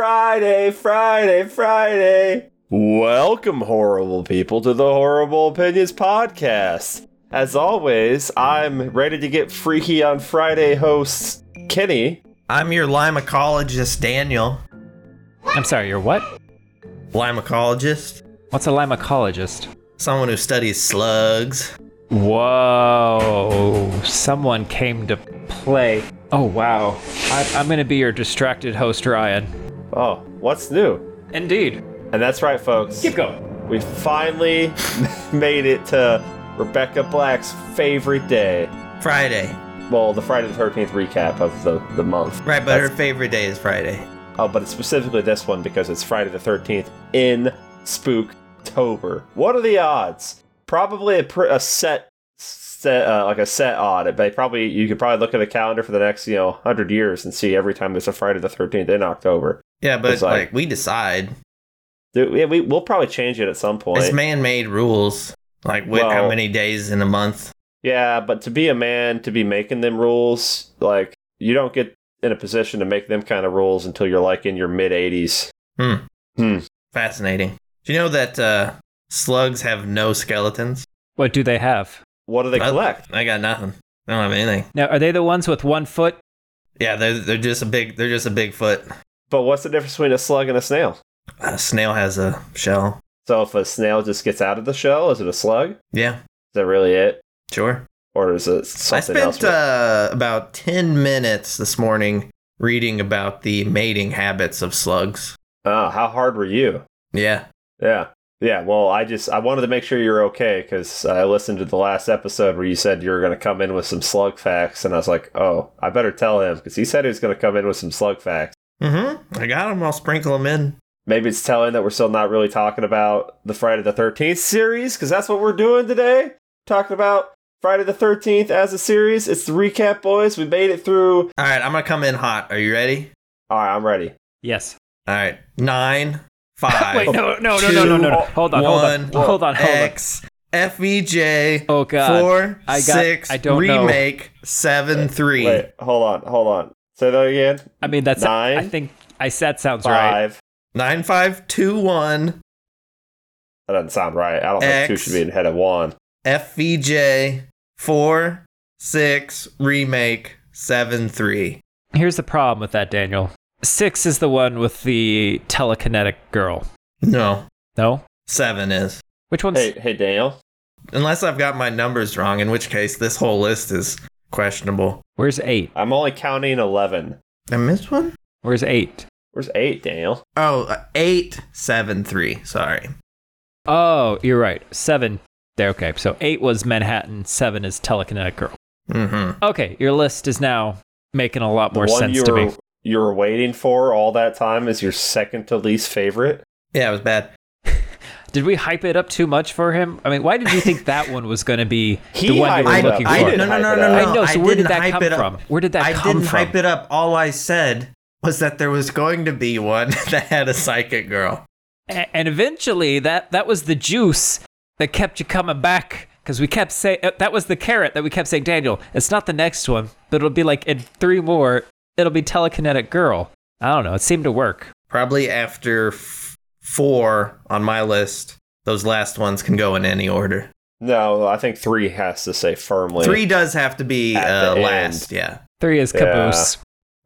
Friday, Friday, Friday. Welcome, horrible people, to the Horrible Opinions Podcast. As always, I'm ready to get freaky on Friday host Kenny. I'm your limacologist, Daniel. I'm sorry, you're what? Limacologist? What's a limacologist? Someone who studies slugs. Whoa, someone came to play. Oh, wow. I, I'm going to be your distracted host, Ryan. Oh, what's new? Indeed. And that's right, folks. Keep going. We finally made it to Rebecca Black's favorite day. Friday. Well, the Friday the 13th recap of the, the month. Right, but That's- her favorite day is Friday. Oh, but it's specifically this one because it's Friday the 13th in Spooktober. What are the odds? Probably a, pr- a set, set uh, like a set odd. But probably you could probably look at a calendar for the next you know hundred years and see every time there's a Friday the 13th in October. Yeah, but It's like- like, we decide. Dude, yeah, we we'll probably change it at some point. It's man made rules. Like what, Well- how many days in a month? yeah, but to be a man, to be making them rules, like you don't get in a position to make them kind of rules until you're like in your mid 80s. Fascinating. Do you know that uh, slugs have no skeletons? What do they have? What do they I- collect? I, got nothing. I don't have anything. Now, are they the ones with one foot? Yeah, they're they're just a big they're just a big foot. But what's the difference between a slug and a snail? A snail has a shell. So if a snail just gets out of the shell, is it a slug? Is Yeah, that really it, sure. or is it something I else? spent uh, about 10 minutes this morning reading about the mating habits of slugs. oh, how hard were you? Yeah. Yeah, yeah. Well, I just I wanted to make sure you're okay because I listened to the last episode where you said you were going to come in with some slug facts, and I was like, oh, I better tell him because he said he was going to come in with some slug facts. Mm-hmm. I got them. I'll sprinkle them in. Maybe it's telling that we're still not really talking about the Friday the Thirteenth series because that's what we're doing today. Talking about Friday the Thirteenth as a series. It's the recap, boys. We made it through. All right. I'm going to come in hot. Are you ready? All right, I'm ready. Yes. All right. Nine, five, Wait, no, no, no, no, no, no, no. Hold on, hold on. one, Hold on, hold on. X, FVJ, Oh, God. four, I got- six, I don't know. remake, seven, three. Wait, hold on, hold on. Say that again. I mean, that's. Nine. I think I that sounds right. Five. Nine, five, two, one, That doesn't sound right. I don't think two X. should be ahead of one. FVJ, E four, six, remake, seven, three. Here's the problem with that, Daniel. Six is the one with the telekinetic girl. No. No? Seven is. Which one's. Hey, hey, Daniel. Unless I've got my numbers wrong, in which case this whole list is questionable. Where's eight? I'm only counting eleven. I missed one? Where's eight? Where's eight, Daniel? Oh, uh, eight, seven, three. Sorry. Oh, you're right. Seven. There, okay. So eight was Manhattan, seven is Telekinetic Girl. hmm Okay, your list is now making a lot The more one sense you to were me. you were waiting for all that time is your second to least favorite. Yeah, it was bad. Did we hype it up too much for him? I mean, why did you think that one was going to be He the one hyped you were it up. looking I for? didn't no, no, hype no, it no, up. no. I know, so where didn't did that hype come it up. from? Where did that I come didn't from? hype it up. All I said was that there was going to be one that had a psychic girl. A- and eventually, that, that was the juice that kept you coming back. Because we kept saying, that was the carrot that we kept saying, Daniel, it's not the next one, but it'll be like in three more, it'll be Telekinetic Girl. I don't know. It seemed to work. Probably after f- four on my list, those last ones can go in any order. No, I think three has to say firmly. Three does have to be At the uh, end. last. Yeah. Three is Yeah. caboose.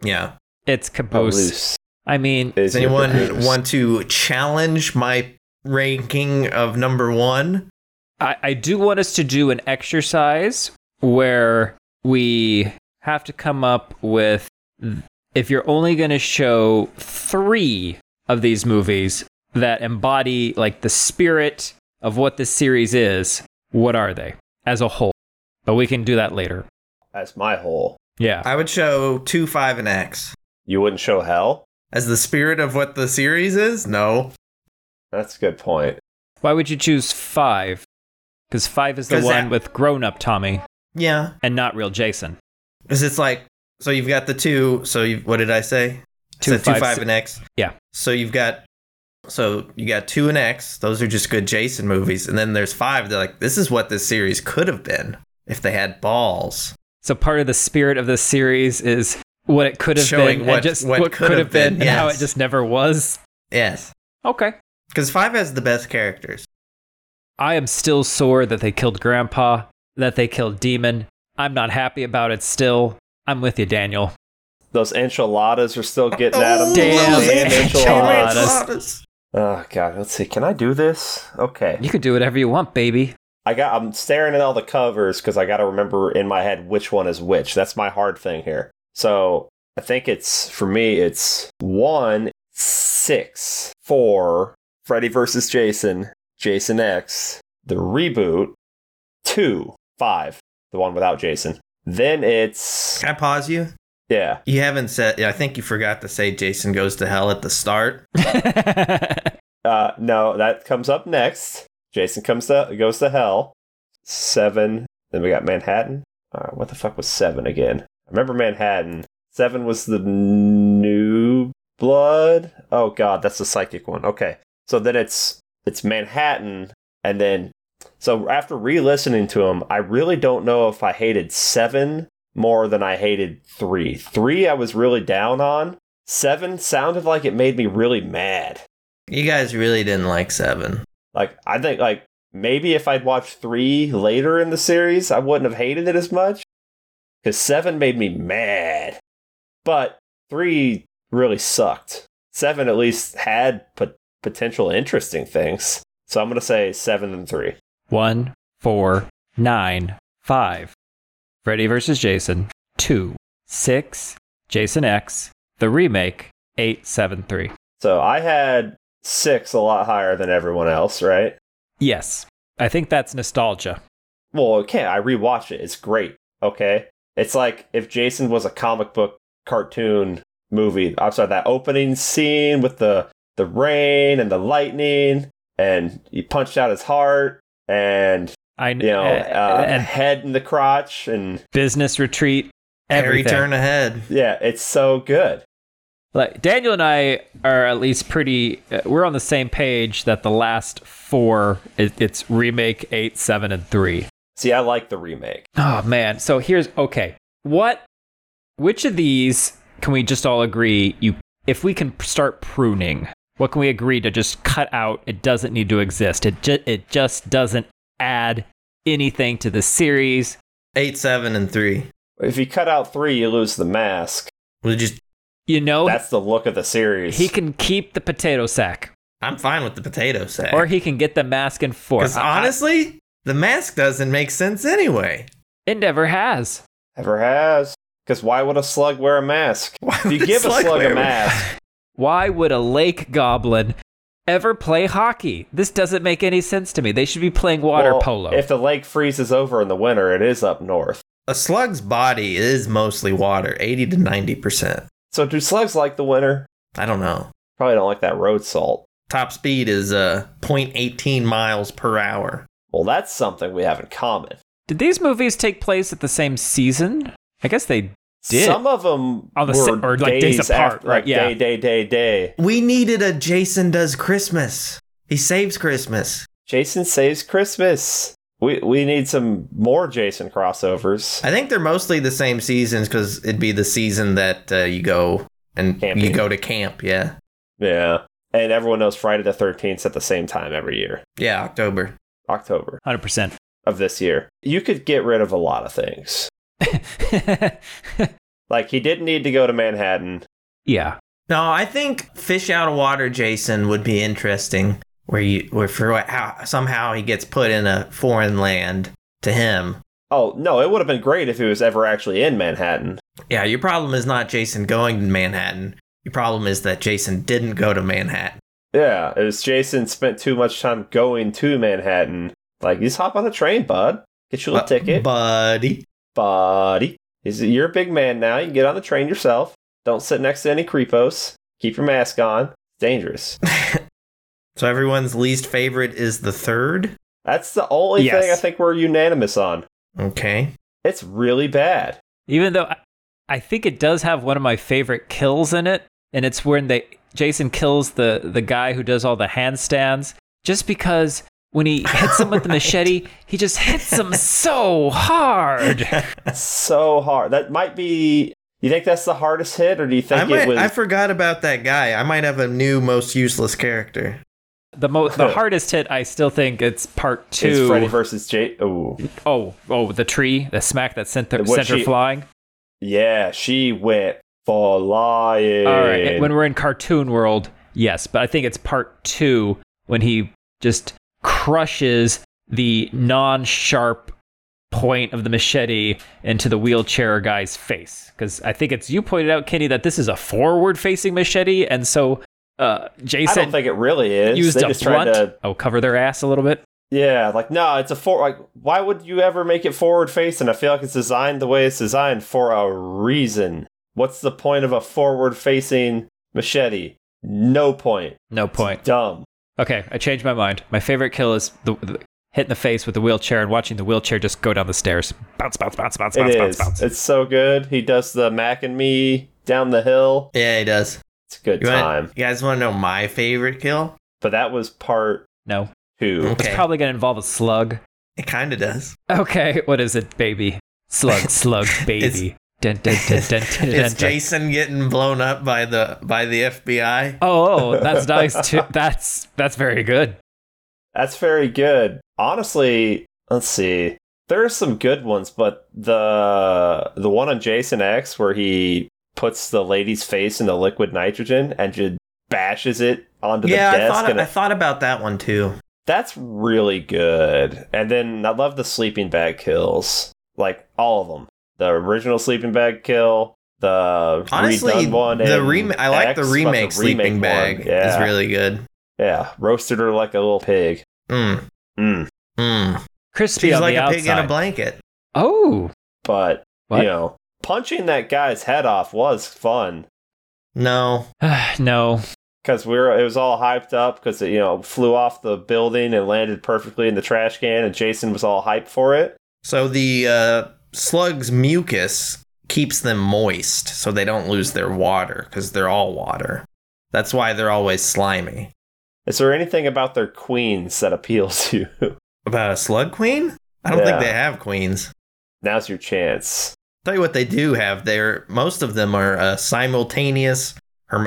Yeah. It's Oh, caboose. loose. I mean, Is Does your anyone caboose. want to challenge my ranking of number one? I, I do want us to do an exercise where we have to come up with if you're only going to show three of these movies that embody like the spirit of what this series is, what are they as a whole? But we can do that later. That's my hole. Yeah. I would show two, five, and X. You wouldn't show hell. As the spirit of what the series is? No. That's a good point. Why would you choose five? Because five is the 'Cause one that- with grown up Tommy Yeah. and not real Jason. Because it's like, so you've got the two, so you, what did I say? I Two, said two, five, five, si- and X. Yeah. So you've got, so you got two and X. Those are just good Jason movies. And then there's five. They're like, this is what this series could have been if they had balls. So part of the spirit of this series is what it could have Showing been, what- and just what could have been, and how it yes. just never was. Yes, Okay. because five has the best characters. I am still sore that they killed Grandpa, that they killed Demon. I'm not happy about it still. I'm with you, Daniel. Those enchiladas are still getting at Oh, him. damn Those damn enchiladas. enchiladas. Oh god, let's see. Can I do this? Okay. You can do whatever you want, baby. I got. I'm staring at all the covers because I got to remember in my head which one is which. That's my hard thing here. So I think it's for me. It's one six four. Freddy versus Jason. Jason X. The reboot. Two five. The one without Jason. Then it's Can I pause you? yeah. You haven't said. I think you forgot to say Jason goes to hell at the start. Uh, no, that comes up next. Jason comes to goes to hell. Seven. Then we got Manhattan. Uh, what the fuck was seven again? I remember Manhattan. Seven was the new blood. Oh god, that's the psychic one. Okay, so then it's it's Manhattan, and then so after re-listening to him, I really don't know if I hated seven more than I hated three. Three, I was really down on. Seven sounded like it made me really mad. You guys really didn't like seven. Like I think like maybe if I'd watched three later in the series, I wouldn't have hated it as much. Because seven made me mad. But three really sucked. Seven at least had pot- potential interesting things. So I'm gonna say seven and three. One, four, nine, five. Freddy vs. Jason. Two, six. Jason X. The remake. Eight, seven, three. So I had six a lot higher than everyone else, right? Yes, I think that's nostalgia. Well, okay, I rewatched it. It's great. Okay. It's like if Jason was a comic book cartoon movie. I'm sorry, that opening scene with the the rain and the lightning and he punched out his heart and I know. you know uh, and head in the crotch and business retreat. Everything. Harry turn ahead. yeah, it's so good. like Daniel and I are at least pretty. Uh, we're on the same page that the last four it, it's remake eight, seven, and three. See, I like the remake. Oh man! So here's okay. What? Which of these can we just all agree? You, if we can start pruning, what can we agree to just cut out? It doesn't need to exist. It ju- it just doesn't add anything to the series. Eight, seven, and three. If you cut out 3, you lose the mask. We just. You know, That's the look of the series. Oh, he can keep the potato sack, I'm fine with the potato sack. or he can get the mask and fork. Because honestly, the mask doesn't make sense anyway. it never has. ever has. Cuz why would a slug wear a mask? Why If you would give a slug wear a mask, Why would a lake goblin ever play hockey? This doesn't make any sense to me. They should be playing water Well, polo. If the lake freezes over in the winter, it is up north. A slug's body is mostly water, 80 to 90%. So do slugs like the winter? I don't know. Probably don't like that road salt. Top speed is uh, 0.18 miles per hour. Well, that's something we have in common. Did these movies take place at the same season? I guess they. Did. Some of them Oh, the were si- or, like, days days, apart, after, right, like yeah. day, day, day, day. We needed a Jason Does Christmas. He saves Christmas. Jason saves Christmas. We we need some more Jason crossovers. I think they're mostly the same seasons because it'd be the season that uh, you go and Camping. you go to camp. Yeah. Yeah, and everyone knows Friday the Thirteenth at the same time every year, Yeah, October. October 100%. of this year. You could get rid of a lot of things. Like he didn't need to go to Manhattan. yeah. No, I think fish out of water Jason would be interesting. Where you, where for what- how somehow he gets put in a foreign land to him. Oh no, it would have been great if he was ever actually in Manhattan. Yeah, your problem is not Jason going to Manhattan. Your problem is that Jason didn't go to Manhattan. Yeah, it was Jason spent too much time going to Manhattan. Like, just hop on a train, bud. Get your Bu- little ticket, buddy. buddy. He's- You're a big man now. You can get on the train yourself. Don't sit next to any creepos. Keep your mask on. Dangerous. So everyone's least favorite is the third. That's the only Yes. thing I think we're unanimous on. Okay. It's really bad. Even though I, I think it does have one of my favorite kills in it, and it's when they Jason kills the the guy who does all the handstands, just because when he hits him with the Right. machete, he just hits him so hard. so hard. That might be You think that's the hardest hit, or do you think I, might, it was? I forgot about that guy. I might have a new most useless character. The mo- the hardest hit, I still think it's part two. Is Freddy versus Jay? Oh, oh, oh, the tree, the smack that sent, the, What sent her she- flying. yeah, she went flying. All right, when we're in cartoon world, yes, but I think it's part two when he just crushes the non-sharp point of the machete into the wheelchair guy's face. Because I think it's you pointed out, Kenny, that this is a forward-facing machete, and so uh, I Jason don't think it really is. used they a just tried blunt. to. Oh, cover their ass a little bit. Yeah, like no, it's a for like why would you ever make it forward facing? I feel like it's designed the way it's designed for a reason. What's the point of a forward facing machete? No point. No point. Dumb. Okay, I changed my mind. My favorite kill is the, the hit in the face with the wheelchair and watching the wheelchair just go down the stairs. Bounce, bounce, bounce, bounce, It bounce, is. bounce, bounce. It's so good. He does the Mac and me down the hill. Yeah, he does. It's a good You, time. want, you guys want to know my favorite kill? But that was part No, two. it's Okay. probably gonna involve a slug. It kind of does. Okay, what is it, baby? Slug, slug, baby. Dun, dun, dun, dun, dun, dun, It's dun. Jason getting blown up by the by the FBI. Oh, oh, that's nice too. That's that's very good. That's very good. Honestly, let's see. There are some good ones, but the the one on Jason X where he puts the lady's face into liquid nitrogen and just bashes it onto yeah, the I desk. thought and I thought about that one too. that's really good. And then I love the sleeping bag kills, like all of them. The original sleeping bag kill, the Honestly, redone one, the in rem- I like X, the but remake sleeping remake bag. one, Yeah, is really good. yeah, roasted her like a little pig. Mm, Mm. mm. Crispy She's on like the a outside. pig in a blanket. oh, but What? you know, punching that guy's head off was fun No, no. because we were it was all hyped up because it you know flew off the building and landed perfectly in the trash can, and Jason was all hyped for it. so the uh, slugs mucus keeps them moist, so they don't lose their water because they're all water. That's why they're always slimy. Is there anything about their queens that appeals to you? About a slug queen? I don't Yeah. think they have queens. Now's your chance. Tell you what they do have there. Most of them are uh, simultaneous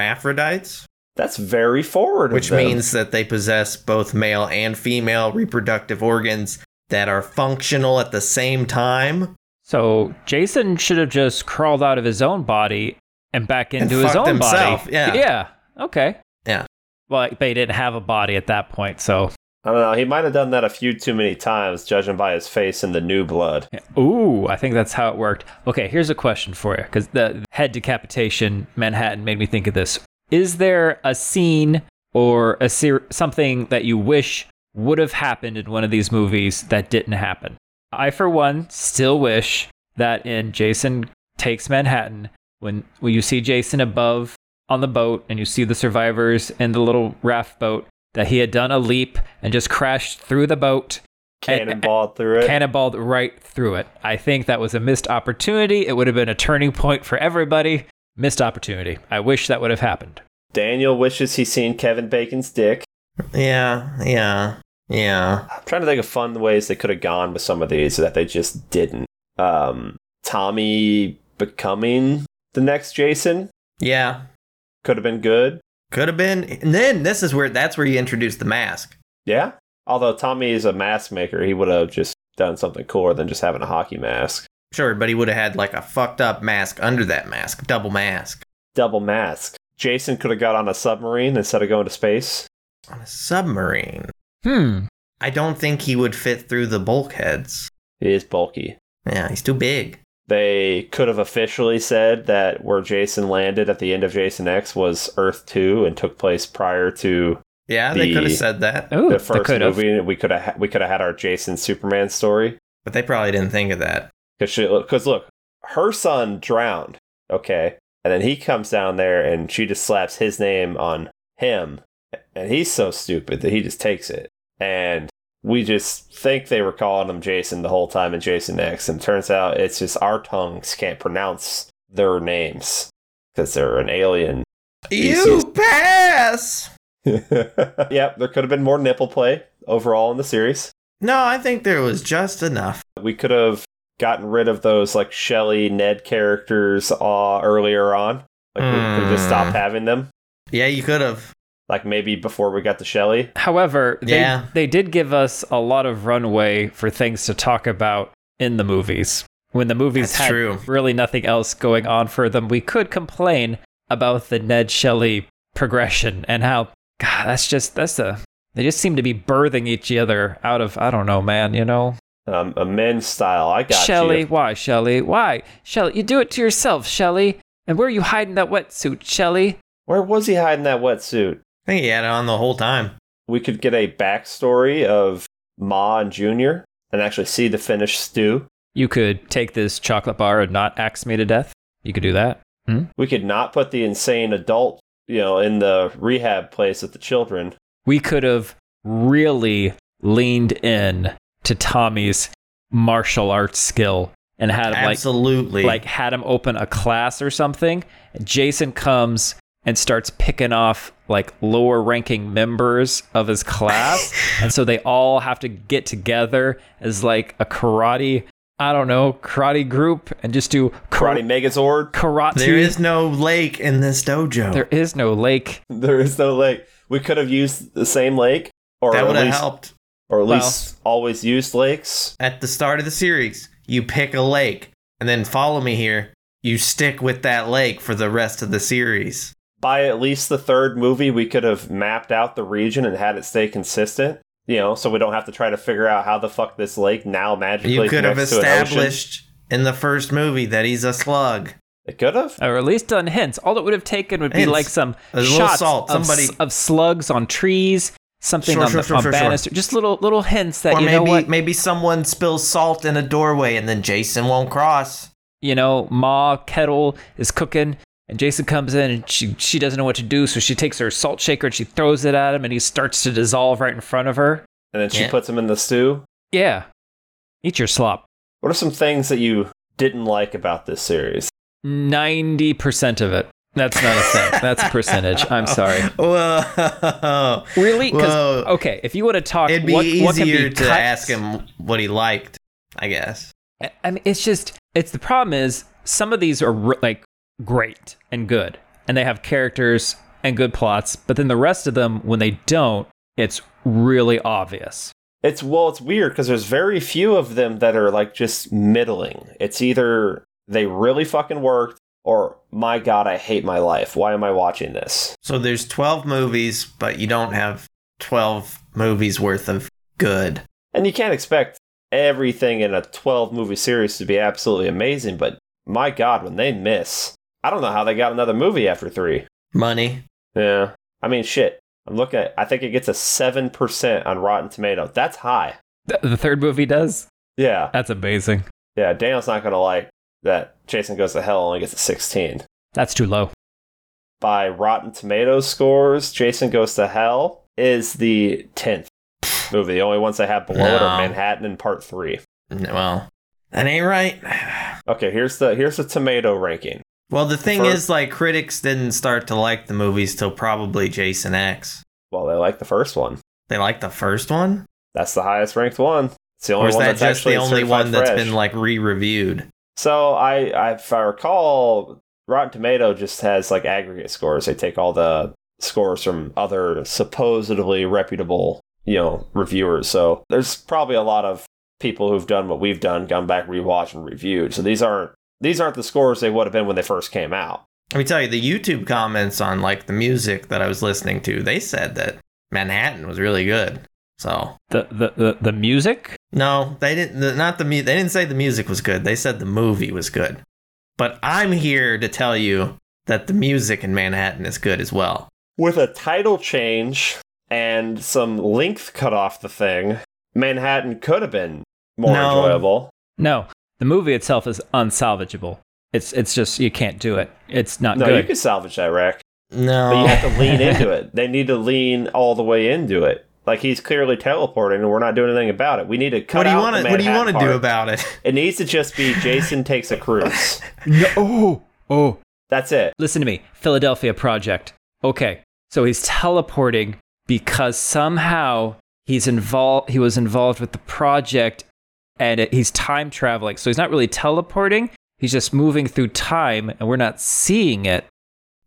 hermaphrodites, That's very forward, of which them. means that they possess both male and female reproductive organs that are functional at the same time So Jason should have just crawled out of his own body and back And into his fucked own himself, body. yeah. Yeah. Okay. Yeah. Well, they didn't have a body at that point, so I don't know. He might have done that a few too many times, judging by his face in the new blood. Ooh, I think that's how it worked. Okay, here's a question for you because the head decapitation Manhattan made me think of this. Is there a scene or a ser- something that you wish would have happened in one of these movies that didn't happen? I, for one, still wish that in Jason Takes Manhattan, when, when you see Jason above on the boat and you see the survivors in the little raft boat, that he had done a leap and just crashed through the boat Cannonball through it. cannonballed right through it. I think that was a missed opportunity. It would have been a turning point for everybody. Missed opportunity. I wish that would have happened. Daniel wishes he's seen Kevin Bacon's dick. yeah yeah yeah I'm trying to think of fun ways they could have gone with some of these that they just didn't. Um, Tommy becoming the next Jason yeah could have been good. could have been and then this is where that's where you introduce the mask Yeah. Although Tommy is a mask maker, he would have just done something cooler than just having a hockey mask. sure but he would have had like a fucked up mask under that mask double mask Double mask. Jason could have got on a submarine instead of going to space. on a submarine Hmm. i don't think he would fit through the bulkheads He is bulky. yeah he's too big They could have officially said that where Jason landed at the end of Jason X was Earth 2 and took place prior to Yeah, they the- could have said that, Oh, the they first could have. movie. We could have we could have had our Jason Superman story. but they probably didn't think of that. Because look, her son drowned, okay? And then he comes down there and she just slaps his name on him. And he's so stupid that he just takes it. And we just think they were calling him Jason the whole time and Jason X. And turns out it's just our tongues can't pronounce their names because they're an alien. You pass. yep, there could have been more nipple play overall in the series. No, I think there was just enough. We could have gotten rid of those like Shelley Ned characters uh, earlier on. Like we could have just Hmm. stopped having them. Yeah, you could have. Like maybe before we got to Shelley. However, they, Yeah. they did give us a lot of runway for things to talk about in the movies. When the movies That's had true. really nothing else going on for them, we could complain about the Ned Shelley progression and how God, that's just that's a they just seem to be birthing each other out of I don't know, man, you know. Um, a men's style. I got Shelley, you. why Shelley? Why? Shelley, you do it to yourself, Shelley. And where are you hiding that wetsuit, Shelley? Where was he hiding that wetsuit? I think he had it on the whole time. We could get a backstory of Ma and Junior and actually see the finished stew. You could take this chocolate bar and not axe me to death. You could do that. We could not put the insane adult, you know, in the rehab place with the children. we could have really leaned in to Tommy's martial arts skill and had him like Absolutely. like had him open a class or something. Jason comes and starts picking off like lower ranking members of his class, and so they all have to get together as like a karate I don't know karate group and just do kar- Karate Megazord. karate. there is no lake in this dojo. there is no lake. There is no lake. We could have used the same lake, or that at would have least, helped or at Well- least always used lakes. at the start of the series. You pick a lake and then follow me here. You stick with that lake for the rest of the series. By at least the third movie, we could have mapped out the region and had it stay consistent. You know, so we don't have to try to figure out how the fuck this lake now magically You could have connects to an ocean. established in the first movie that he's a slug. It could have. or at least done hints. All it would have taken would be Hints. like some A little shots salt, of, somebody- s- of slugs on trees, something Sure, on, sure, the, sure, on sure, sure. banister, just little little hints that or you know maybe what maybe someone spills salt in a doorway and then Jason won't cross. you know. Ma kettle is cooking, and Jason comes in, and she she doesn't know what to do, so she takes her salt shaker and she throws it at him, and he starts to dissolve right in front of her. And then she Yeah. puts him in the stew. Yeah, eat your slop. What are some things that you didn't like about this series? Ninety percent of it. That's not a thing. That's a percentage. I'm sorry. Whoa. Really? 'Cause- Whoa. okay, if you want to talk, It'd be what, easier what can be to cut- ask him what he liked, I guess. I- I mean, it's just it's the problem is some of these are re- like great and good, and they have characters and good plots, but then the rest of them, when they don't, it's really obvious. It's well, it's weird because there's very few of them that are like just middling. It's either they really fucking worked, or my god, I hate my life. Why am I watching this? So there's 12 movies, but you don't have 12 movies worth of good. And you can't expect everything in a 12 movie series to be absolutely amazing, but my god, when they miss, I don't know how they got another movie after three. Money. Yeah, I mean, shit. I'm looking at. I think it gets a seven percent on Rotten Tomato. That's high. The, the third movie does. Yeah. That's amazing. Yeah, Daniel's not gonna like that Jason Goes to Hell only gets a 16. That's too low. By Rotten Tomatoes scores, Jason Goes to Hell is the 10th movie. The only ones I have below it No. are Manhattan and Part 3. Well, that ain't right. Okay, here's the here's the tomato ranking. Well, the thing For- is, like, critics didn't start to like the movies till probably Jason X. Well, they like the first one. They liked the first one? That's the highest ranked one. It's the Or only is one that that's just actually the only one that's that's been, like, re reviewed? So I, I if I recall, Rotten Tomato just has like aggregate scores. They take all the scores from other supposedly reputable, you know, reviewers. So there's probably a lot of people who've done what we've done, gone back, rewatched, and reviewed. So these aren't these aren't the scores they would have been when they first came out. Let me tell you, the YouTube comments on, like, the music that I was listening to, they said that Manhattan was really good. So. The the the, the music. No, they didn't. The, not the mu- They didn't say the music was good. They said the movie was good. But I'm here to tell you that the music in Manhattan is good as well. With a title change and some length cut off the thing, Manhattan could have been more No. enjoyable. No, the movie itself is unsalvageable. It's it's just you can't do it. It's not No, you good. could salvage that, Rack. But you No, have to lean into it. They need to lean all the way into it. Like he's clearly teleporting, and we're not doing anything about it. We need to cut what do you out want the to? What do you want Manhattan to do part. about it? It needs to just be Jason takes a cruise. No, oh oh. That's it. Listen to me, Philadelphia Project. Okay, so he's teleporting because somehow he's involved. He was involved with the project and it, he's time traveling. So he's not really teleporting, he's just moving through time, and we're not seeing it.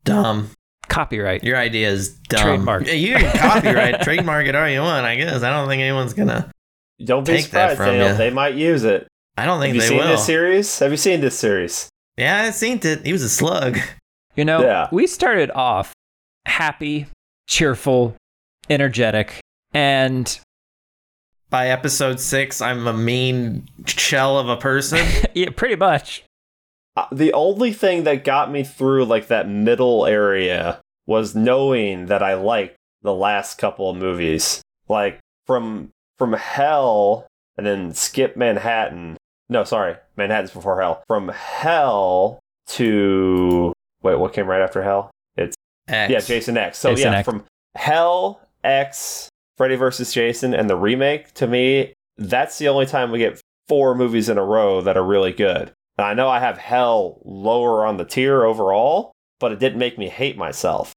Dumb. Copyright. Your idea is dumb. Trademark. Yeah, You can copyright, trademark it all you want, I guess. I don't think anyone's gonna. Don't be Take that surprised, from Dale. ya. They might use it. I don't think Have you they seen will. this series? Have you seen this series? yeah, I seen it. He was a slug. You know, Yeah. we started off happy, cheerful, energetic, and By episode six, I'm a mean shell of a person. yeah, pretty much. Uh, the only thing that got me through like that middle area was knowing that I liked the last couple of movies, like from from Hell and then skip Manhattan. No, sorry, Manhattan's before Hell. From Hell to wait, what came right after Hell? X. Yeah, Jason X. So Jason yeah, X. from Hell X, Freddy versus Jason, and the remake. To me, that's the only time we get four movies in a row that are really good. And I know I have Hell lower on the tier overall, but it didn't make me hate myself.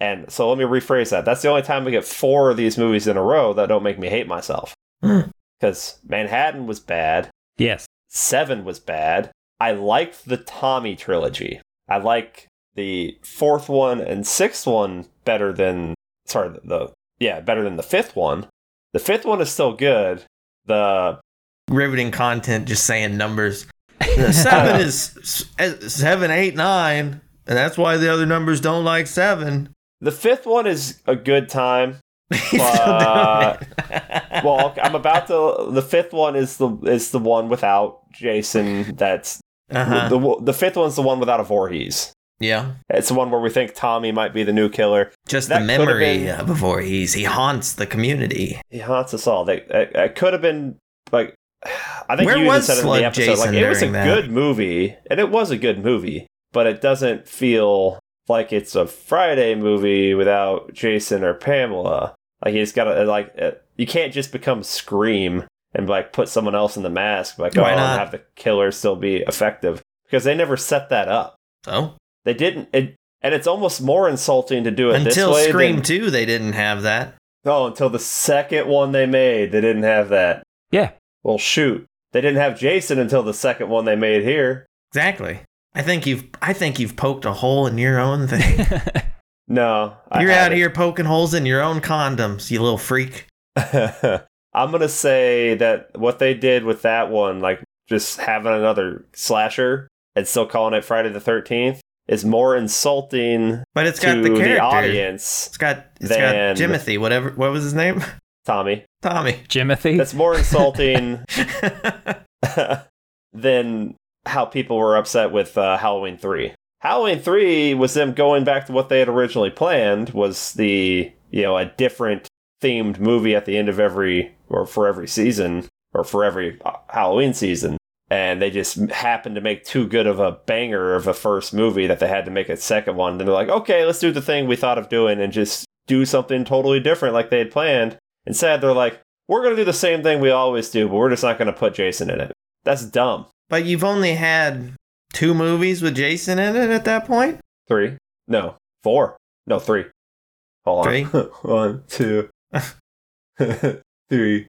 And so let me rephrase that. That's the only time we get four of these movies in a row that don't make me hate myself. Hmm. Because Manhattan was bad, Yes. Seven was bad. I liked the Tommy trilogy. I like the fourth one and sixth one better than sorry the, the yeah better than the fifth one. The fifth one is still good. The riveting content just saying numbers. seven is s- seven, eight, nine, and that's why the other numbers don't like seven. the fifth one is a good time. He's But- still doing it. Well, I'm about to. The fifth one is the is the one without Jason. That's uh-huh. the, the fifth one's the one without a Voorhees. yeah, It's the one where we think Tommy might be the new killer. just That the could've memory been- uh, before he's he haunts the community. he haunts us all. That that- that could have been like I think Where you even was said it in Slug the episode. Jason like it was a during that? good movie, and it was a good movie, but it doesn't feel like it's a Friday movie without Jason or Pamela. Like you just gotta like uh, you can't just become Scream and like put someone else in the mask. Like Why oh, and not? have the killer still be effective because they never set that up. So They didn't. It, and it's almost more insulting to do it until this way Scream than, Two, they didn't have that. Oh, until the second one they made, they didn't have that. Yeah. Well, shoot. They didn't have Jason until the second one they made here. Exactly. I think you've I think you've poked a hole in your own thing. No. I You're out haven't. here poking holes in your own condoms, you little freak. I'm going to say that what they did with that one, like just having another slasher and still calling it Friday the 13th, is more insulting But it's got to the character. audience, It's got it's Then- got Jimothy, whatever what was his name? Tommy. Tommy. Jimothy? That's more insulting yeah, than how people were upset with uh, Halloween 3. Halloween 3 was them going back to what they had originally planned was the, you know, a different themed movie at the end of every or for every season or for every uh, Halloween season. And they just happened to make too good of a banger of a first movie that they had to make a second one. Then they're like, okay, let's do the thing we thought of doing and just do something totally different like they had planned. Instead, they're like, we're going to do the same thing we always do, but we're just not going to put Jason in it. That's dumb. but you've only had two movies with Jason in it at that point. Three. No. Four. No, three. Hold on. Three. one, two, three.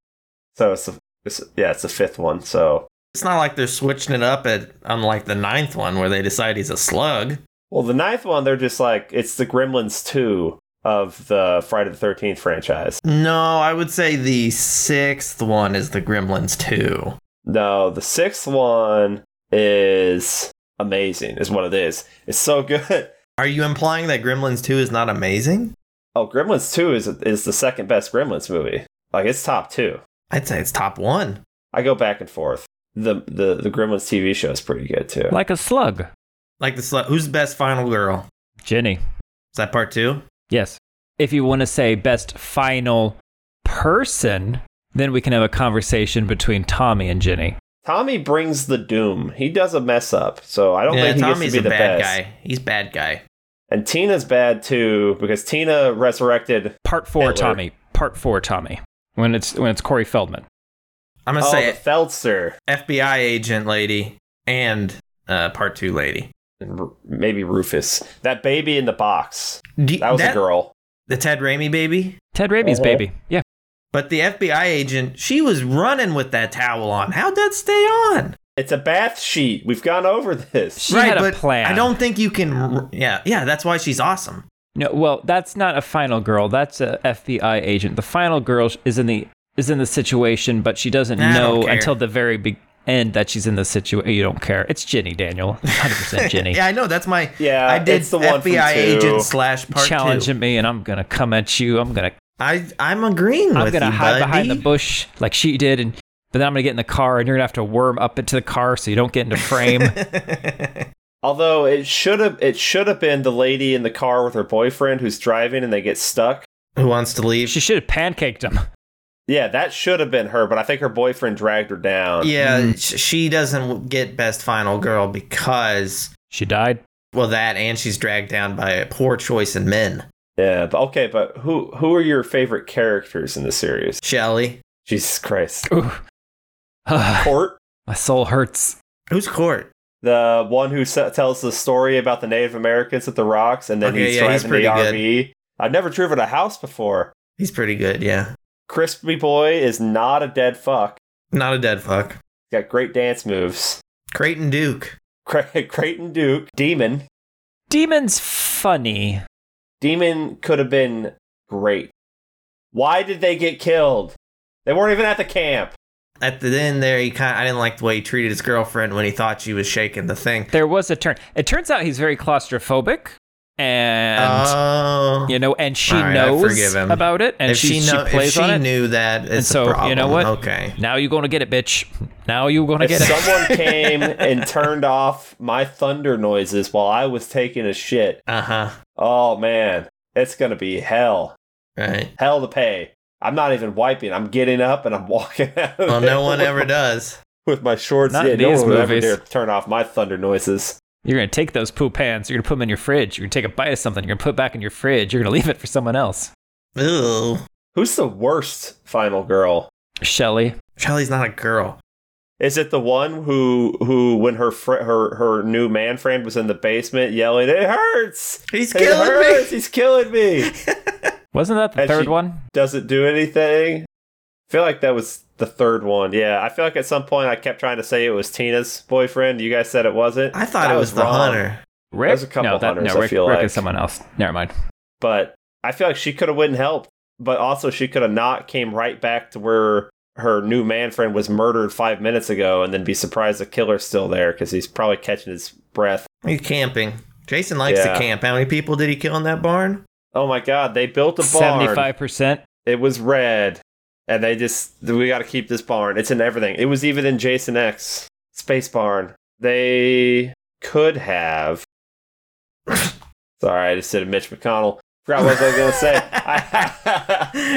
So it's, the it's yeah, it's the fifth one. So It's not like they're switching it up at unlike the ninth one where they decide he's a slug. well, the ninth one, they're just like it's the Gremlins two of the Friday the Thirteenth franchise. No, I would say the sixth one is the Gremlins two. No, the sixth one is amazing. Is what it is. It's so good. Are you implying that Gremlins two is not amazing? Oh, Gremlins two is is the second best Gremlins movie. Like it's top two. I'd say it's top one. I go back and forth. The the the Gremlins TV show is pretty good too. like a slug. Like the slug. Who's the best final girl? Jenny. Is that part two? Yes. If you want to say best final person, then we can have a conversation between Tommy and Jenny. Tommy brings the doom. He does a mess up, so I don't yeah, think he gets Tommy's to be the a bad best. guy. He's bad guy. And Tina's bad too because Tina resurrected. Part four, Hitler. Tommy. Part four, Tommy. When it's when it's Corey Feldman. I'm gonna Oh, say the it. Feldster, FBI agent lady and uh, part two lady. and R- maybe Rufus. That baby in the box. Do you- That was a girl. The Ted Raimi baby. Ted Raby's Uh-huh. baby. Yeah. But the FBI agent, she was running with that towel on. How'd that stay on? It's a bath sheet. We've gone over this. She had a plan. I don't think you can. r- Yeah, yeah, that's why she's awesome. No, well, that's not a final girl. That's a FBI agent. The final girl is in the is in the situation, but she doesn't I don't know care. until the very be- end that she's in the situation. You don't care. It's Ginny, Daniel. 100% Ginny. yeah, I know. That's my. Yeah, I did it's the one from FBI two. agent slash part Challenging two. me, and I'm gonna come at you. I'm gonna I I'm agreeing I'm with gonna you, hide behind the buddy. bush like she did, and but then I'm gonna get in the car, and you're gonna have to worm up into the car so you don't get into frame. Although it should have it should have been the lady in the car with her boyfriend who's driving and they get stuck. Who wants to leave? she should have pancaked him. Yeah, that should have been her, but I think her boyfriend dragged her down. Yeah, Mm. sh she doesn't w- get best final girl because She died. well that and she's dragged down by a poor choice in men. Yeah, but okay, but who who are your favorite characters in the series? Shelley, Jesus Christ. Ooh. My Court, soul hurts. who's Court? the one who se- tells the story about the Native Americans at the rocks and then Okay, he's yeah, he's driving the pretty good. RV. I've never driven a house before. He's pretty good. Yeah, Crispy Boy is not a dead fuck. not a dead fuck. He's got great dance moves. Creighton Duke. Cre- Creighton Duke, Demon. Demon's funny. Demon could have been great. Why did they get killed? They weren't even at the camp. At the end there, he kind I didn't like the way he treated his girlfriend when he thought she was shaking the thing. There was a turn. It turns out he's very claustrophobic, and oh, you know, and she All right, I forgive knows him. about it, and if she, she, know, she plays if she on it. knew that, it's so, a you problem. know what? Okay. Now you're gonna get it, bitch. Now you're gonna If get it. someone came and turned off my thunder noises while I was taking a shit, Uh huh. oh man, it's gonna be hell. Right. Hell to pay. I'm not even wiping. I'm getting up and I'm walking out. of Well, there no one with- ever does. With my shorts, Not yeah, in no these one would ever movies. dare turn off my thunder noises. You're gonna take those poop pants. You're gonna put them in your fridge. You're gonna take a bite of something. You're gonna put it back in your fridge. You're gonna leave it for someone else. Ew. Who's the worst final girl? Shelly. Shelly's not a girl. Is it the one who who when her fr- her her new man friend was in the basement yelling, "It hurts! He's it killing hurts! me. He's killing me!" Wasn't that the And third she- one? Doesn't do anything. I feel like that was the third one. Yeah, I feel like at some point I kept trying to say it was Tina's boyfriend. You guys said it wasn't. I thought I it was, was the wrong. hunter. Rick. There's a couple no, that, hunters, no, I Rick, feel Rick like. is someone else. Never mind. but I feel like she could have went and helped, but also she could have not came right back to where her new man friend was murdered five minutes ago, and then be surprised the killer's still there because he's probably catching his breath. He's camping. Jason likes Yeah. to camp. How many people did he kill in that barn? Oh my god, they built a barn. Seventy-five percent. It was red. And they just we got to keep this barn. It's in everything. It was even in Jason X Space Barn. They could have. Sorry, I just did a Mitch McConnell. Forgot what I was going to say. I,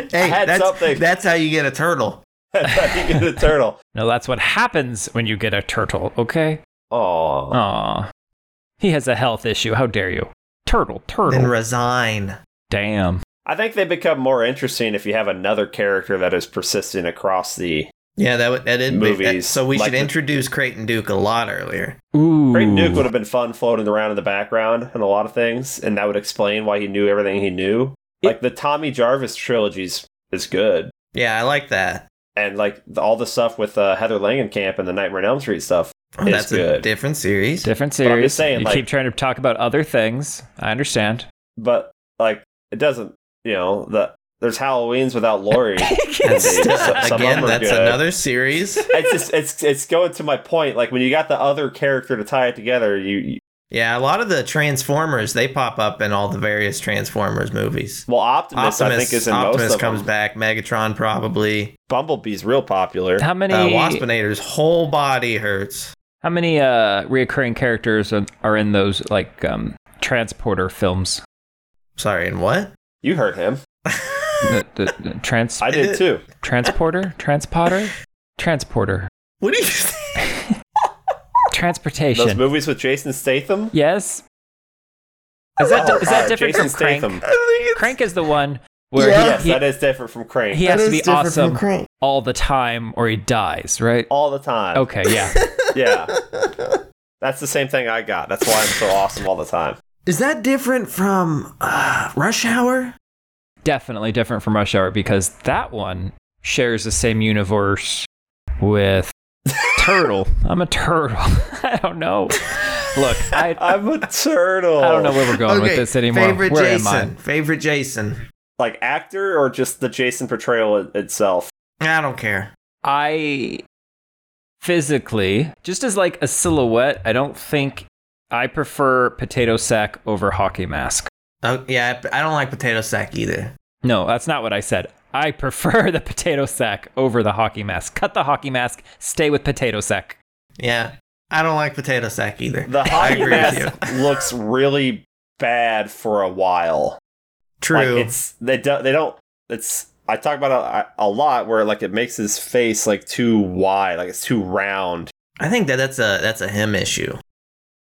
Hey, I had that's something. that's how you get a turtle. I you get a turtle. No, that's what happens when you get a turtle. Okay. Aw. Aw. He has a health issue. How dare you? Turtle, turtle. Then resign. Damn. I think they become more interesting if you have another character that is persistent across the. Yeah, that would that did be that, Movies, so we like should the- introduce Creighton Duke a lot earlier. Ooh. Great Nuke would have been fun floating around in the background and a lot of things, and that would explain why he knew everything he knew. Like the Tommy Jarvis trilogies is good, Yeah, I like that. and like the, all the stuff with uh, Heather Langenkamp and the Nightmare on Elm Street stuff. Oh, It's that's a good. different series. Different I'm series. just saying, you like- keep trying to talk about other things. I understand. But like it doesn't, you know, the there's Halloween's without Laurie. That's Some- still- some of them again, are that's good. another series. it's just it's it's going to my point. Like when you got the other character to tie it together, you, you Yeah, a lot of the Transformers they pop up in all the various Transformers movies. well Optimus, I think is in Optimus most of comes them. back. Megatron probably. Bumblebee's real popular. How many? Uh, Waspinator's whole body hurts. How many uh reoccurring characters are, are in those like um transporter films? Sorry, and what? You heard him. the, the, the trans I did too. transporter transporter transporter What do you? Think? Those transportation. movies with Jason Statham. yes. Is that Oh, is that God, different Jason from Crank? Statham. I think it's- Crank is the one where Yes, he, that is different from Crank. he, he has that to is be different from awesome Crank. all the time or he dies, right? All the time. Okay, yeah. Yeah. That's the same thing I got. That's why I'm so awesome all the time. Is that different from uh, Rush Hour? Definitely different from Rush Hour because that one shares the same universe with turtle. I'm a turtle. I don't know. Look, I I'm a turtle. I don't know where we're going with this anymore. Favorite where Jason. am Favorite Jason. Like actor or just the Jason portrayal it- itself. I don't care. I? I physically, just as like a silhouette, I don't think I prefer potato sack over hockey mask. Oh, yeah, I I don't like potato sack either. No, that's not what I said. I prefer the potato sack over the hockey mask. Cut the hockey mask, stay with potato sack. Yeah, I don't like potato sack either. The I hockey agree mask with you. looks really bad for a while. True. Like it's they don't they don't it's I talk about it a, a lot where like it makes his face like too wide, like it's too round. I think that that's a that's a him issue.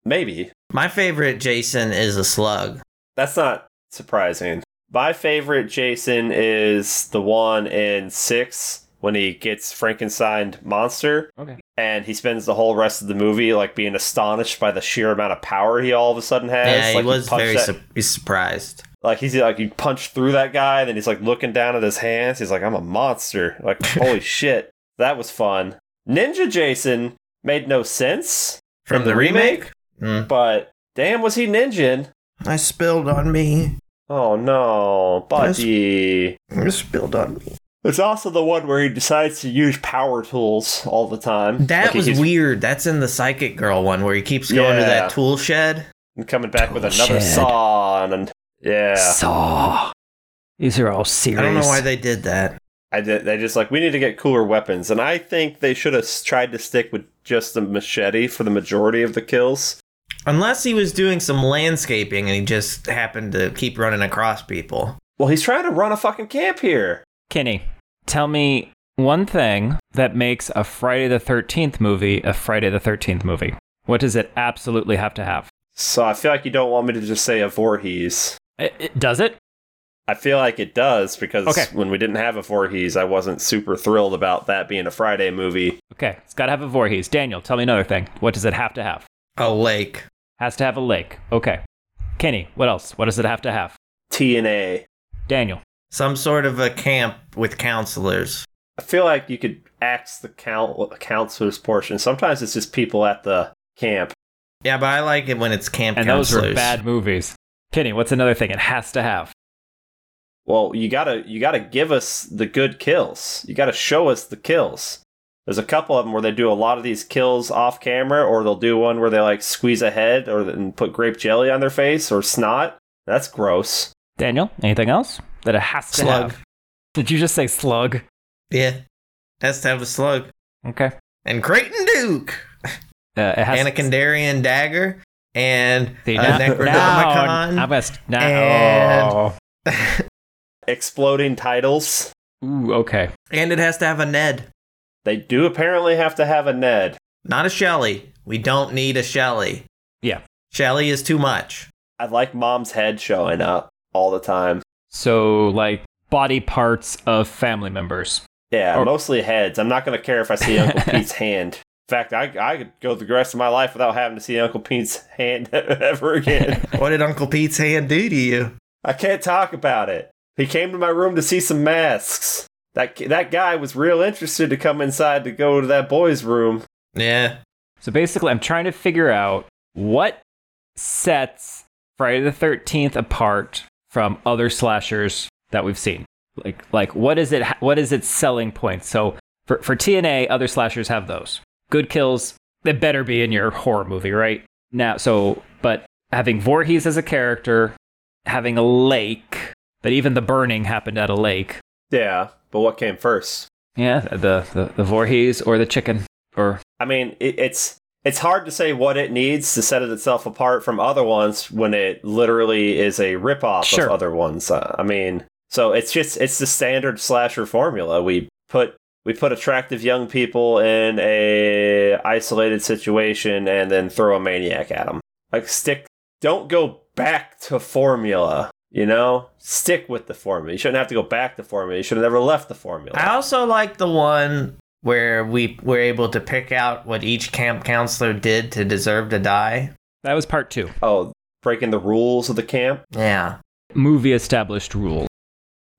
Maybe. My favorite Jason is a slug. That's not surprising. My favorite Jason is the one in 6 when he gets Frankenstein monster Okay. and he spends the whole rest of the movie like being astonished by the sheer amount of power he all of a sudden has. yeah, like, he was punches very that- su- he's surprised. Like he's like you punch through that guy, then he's like looking down at his hands. He's like, I'm a monster. Like, holy shit. That was fun. Ninja Jason made no sense, From the remake? Mm. but damn was he ninjin. Hmm. I spilled on me. Oh no, buddy. You spilled on me. It's also the one where he decides to use power tools all the time. That Like, he was keeps weird. That's in the psychic girl one where he keeps going to Yeah. that tool shed. coming back with Oh, another shit. saw and, and yeah. Saw. These are all serious. I don't know why they did that. I did, they just like we need to get cooler weapons, and I think they should have s- tried to stick with just the machete for the majority of the kills. Unless he was doing some landscaping and he just happened to keep running across people. Well, he's trying to run a fucking camp here. Kenny, tell me one thing that makes a Friday the 13th movie a Friday the 13th movie. What does it absolutely have to have? So I feel like you don't want me to just say a Voorhees. It, it- does it? I feel like it does because Okay. when we didn't have a Voorhees, I wasn't super thrilled about that being a Friday movie. Okay, it's got to have a Voorhees. Daniel, tell me another thing. What does it have to have? A lake. Has to have a lake. Okay. Kenny, what else? What does it have to have? TNA. Daniel. Some sort of a camp with counselors. I feel like you could axe the count counselors portion. Sometimes it's just people at the camp. Yeah, but I like it when it's camp And those counselors. were bad movies. Kenny, what's another thing it has to have? Well, you gotta you gotta give us the good kills. You gotta show us the kills. There's a couple of them where they do a lot of these kills off camera, or they'll do one where they like squeeze a head or and put grape jelly on their face or snot. That's gross. Daniel, anything else that it has to Slug. have? Did you just say slug? Yeah. Has to have a slug. Okay. And Creighton Duke. Uh, it has Anakin Darien Dagger. And See, uh, now- Necronomicon. now I'm gonna st- now- and- oh. Exploding titles. Ooh, okay. and it has to have a Ned, They do apparently have to have a Ned. not a Shelly. We don't need a Shelly. Yeah. Shelly is too much. I like mom's head showing up all the time. So like body parts of family members. Yeah, Or- mostly heads. I'm not gonna care if I see Uncle Pete's hand. In fact, I I could go the rest of my life without having to see Uncle Pete's hand ever again. what did Uncle Pete's hand do to you? I can't talk about it. He came to my room to see some masks. That that guy was real interested to come inside to go to that boy's room. Yeah. So basically I'm trying to figure out what sets Friday the 13th apart from other slashers that we've seen. Like like what is it what is its selling point? So for for TNA other slashers have those. Good kills they better be in your horror movie, right? Now so but having Voorhees as a character, having a lake, that even the burning happened at a lake. Yeah, but what came first? Yeah, the, the the Voorhees or the chicken or I mean, it, it's it's hard to say what it needs to set it itself apart from other ones when it literally is a ripoff of Sure. other ones. Uh, I mean, so it's just it's the standard slasher formula. We put we put attractive young people in a isolated situation and then throw a maniac at them. Like stick, don't go back to formula. You know, stick with the formula. You shouldn't have to go back to formula. You should have never left the formula. I also like the one where we were able to pick out what each camp counselor did to deserve to die. that was part two. Oh, breaking the rules of the camp. Yeah. Movie established rule.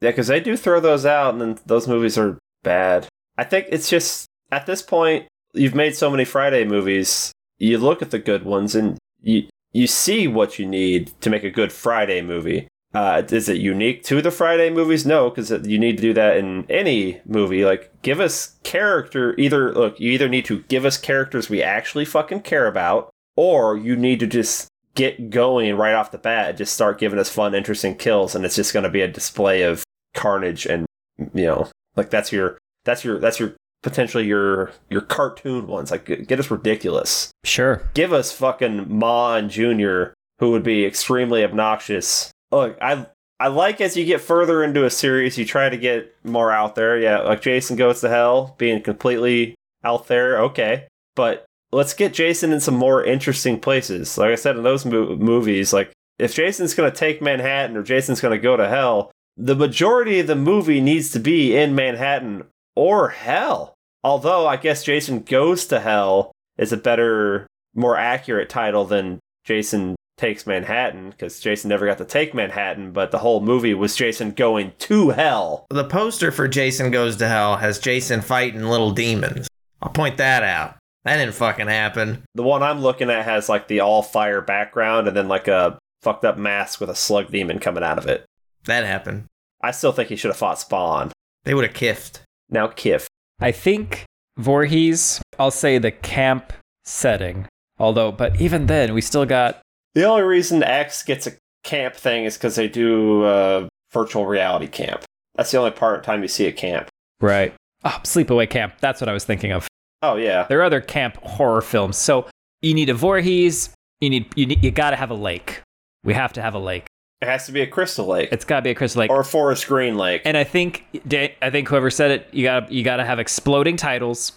Yeah, because they do throw those out, and then those movies are bad. I think it's just at this point you've made so many Friday movies. You look at the good ones and you you see what you need to make a good Friday movie. Uh, is it unique to the Friday movies? No, because you need to do that in any movie. Like, give us character. Either look, you either need to give us characters we actually fucking care about, or you need to just get going right off the bat and just start giving us fun, interesting kills, and it's just going to be a display of carnage and you know, like that's your that's your that's your potentially your your cartoon ones. Like, get get us ridiculous. Sure. Give us fucking Ma and Junior, who would be extremely obnoxious. Look, I I like as you get further into a series, you try to get more out there. Yeah, like Jason goes to hell, being completely out there. Okay, but let's get Jason in some more interesting places. Like I said in those mo- movies, like if Jason's gonna take Manhattan or Jason's gonna go to hell, the majority of the movie needs to be in Manhattan or hell. Although I guess Jason goes to hell is a better, more accurate title than Jason takes Manhattan because Jason never got to take Manhattan, but the whole movie was Jason going to hell. The poster for Jason Goes to Hell has Jason fighting little demons. I'll point that out. That didn't fucking happen. The one I'm looking at has like the all fire background and then like a fucked up mask with a slug demon coming out of it. That happened. I still think he should have fought Spawn. They would have kiffed. Now Kiff. I think Voorhees, I'll say the camp setting. Although, but even then, we still got. The only reason X gets a camp thing is because they do uh, virtual reality camp. That's the only part time you see a camp. Right. Oh, Sleepaway Camp. That's what I was thinking of. Oh yeah, There are other camp horror films. So you need a Voorhees. You need you need you gotta have a lake. We have to have a lake. it has to be a crystal lake It's gotta be a crystal lake. or a forest green lake. and I think Dan- I think whoever said it, you gotta you gotta have exploding titles,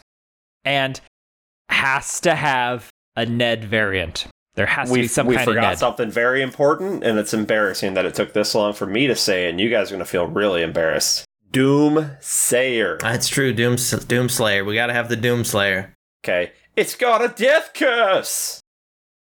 and has to have a Ned variant. There has to we be some we kind of forgot Ned. something very important, and it's embarrassing that it took this long for me to say, and you guys are gonna feel really embarrassed. Doomsayer. That's true. Doom Doomslayer. We gotta have the Doomslayer. Okay, it's got a death curse.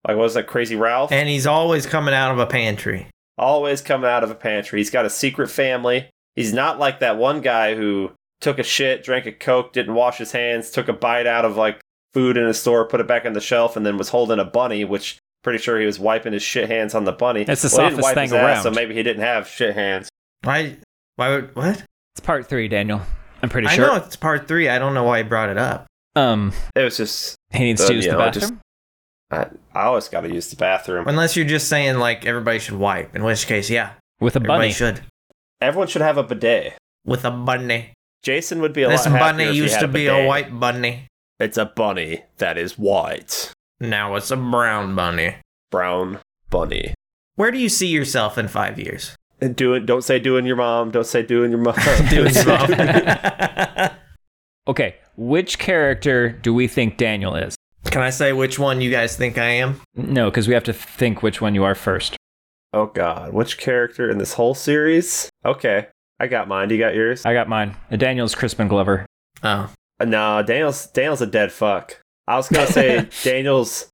Like what was that crazy Ralph? And he's always coming out of a pantry. always coming out of a pantry. He's got a secret family. He's not like that one guy who took a shit, drank a Coke, didn't wash his hands, took a bite out of like food in a store, put it back on the shelf, and then was holding a bunny, which pretty sure he was wiping his shit hands on the bunny. That's the he didn't softest wipe thing his ass, around. so maybe he didn't have shit hands. Why? Why would what? it's part three, Daniel. I'm pretty I sure. know it's part three. I don't know why he brought it up. Um, It was just he needs Uh, to use yeah, the I just- bathroom. I, I always got to use the bathroom. Unless you're just saying like everybody should wipe. In which case, yeah, with a everybody bunny. should Everyone should have a bidet. with a bunny. Jason would be a This lot happier bunny if he used had to a be bidet. a white bunny. It's a bunny that is white, Now it's a brown bunny. brown bunny. Where do you see yourself in five years? And do it. Don't say doing your mom. Don't say doing your mom. Doing yourself. Can Okay, which character do we think Daniel is? I say which one you guys think I am? No, because we have to think which one you are first. Oh God, which character in this whole series? Okay, I got mine. You got yours? I got mine. Uh, Daniel's Crispin Glover. Oh, Uh, no, Daniel's Daniel's a dead fuck. I was gonna say Daniel's.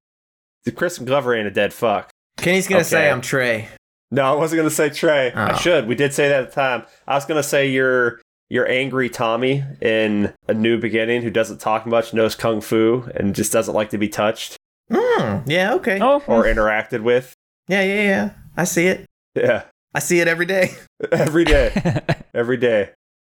Chris Glover ain't a dead fuck. Kenny's gonna say Okay. I'm Trey. No, I wasn't gonna say Trey. I Oh. should. We did say that at the time. I was gonna say you're you're angry Tommy in a new beginning who doesn't talk much, knows kung fu, and just doesn't like to be touched Mm, yeah, okay. Oh, or interacted with. Yeah, yeah, yeah. I see it. Yeah, I see it every day. every day, every day.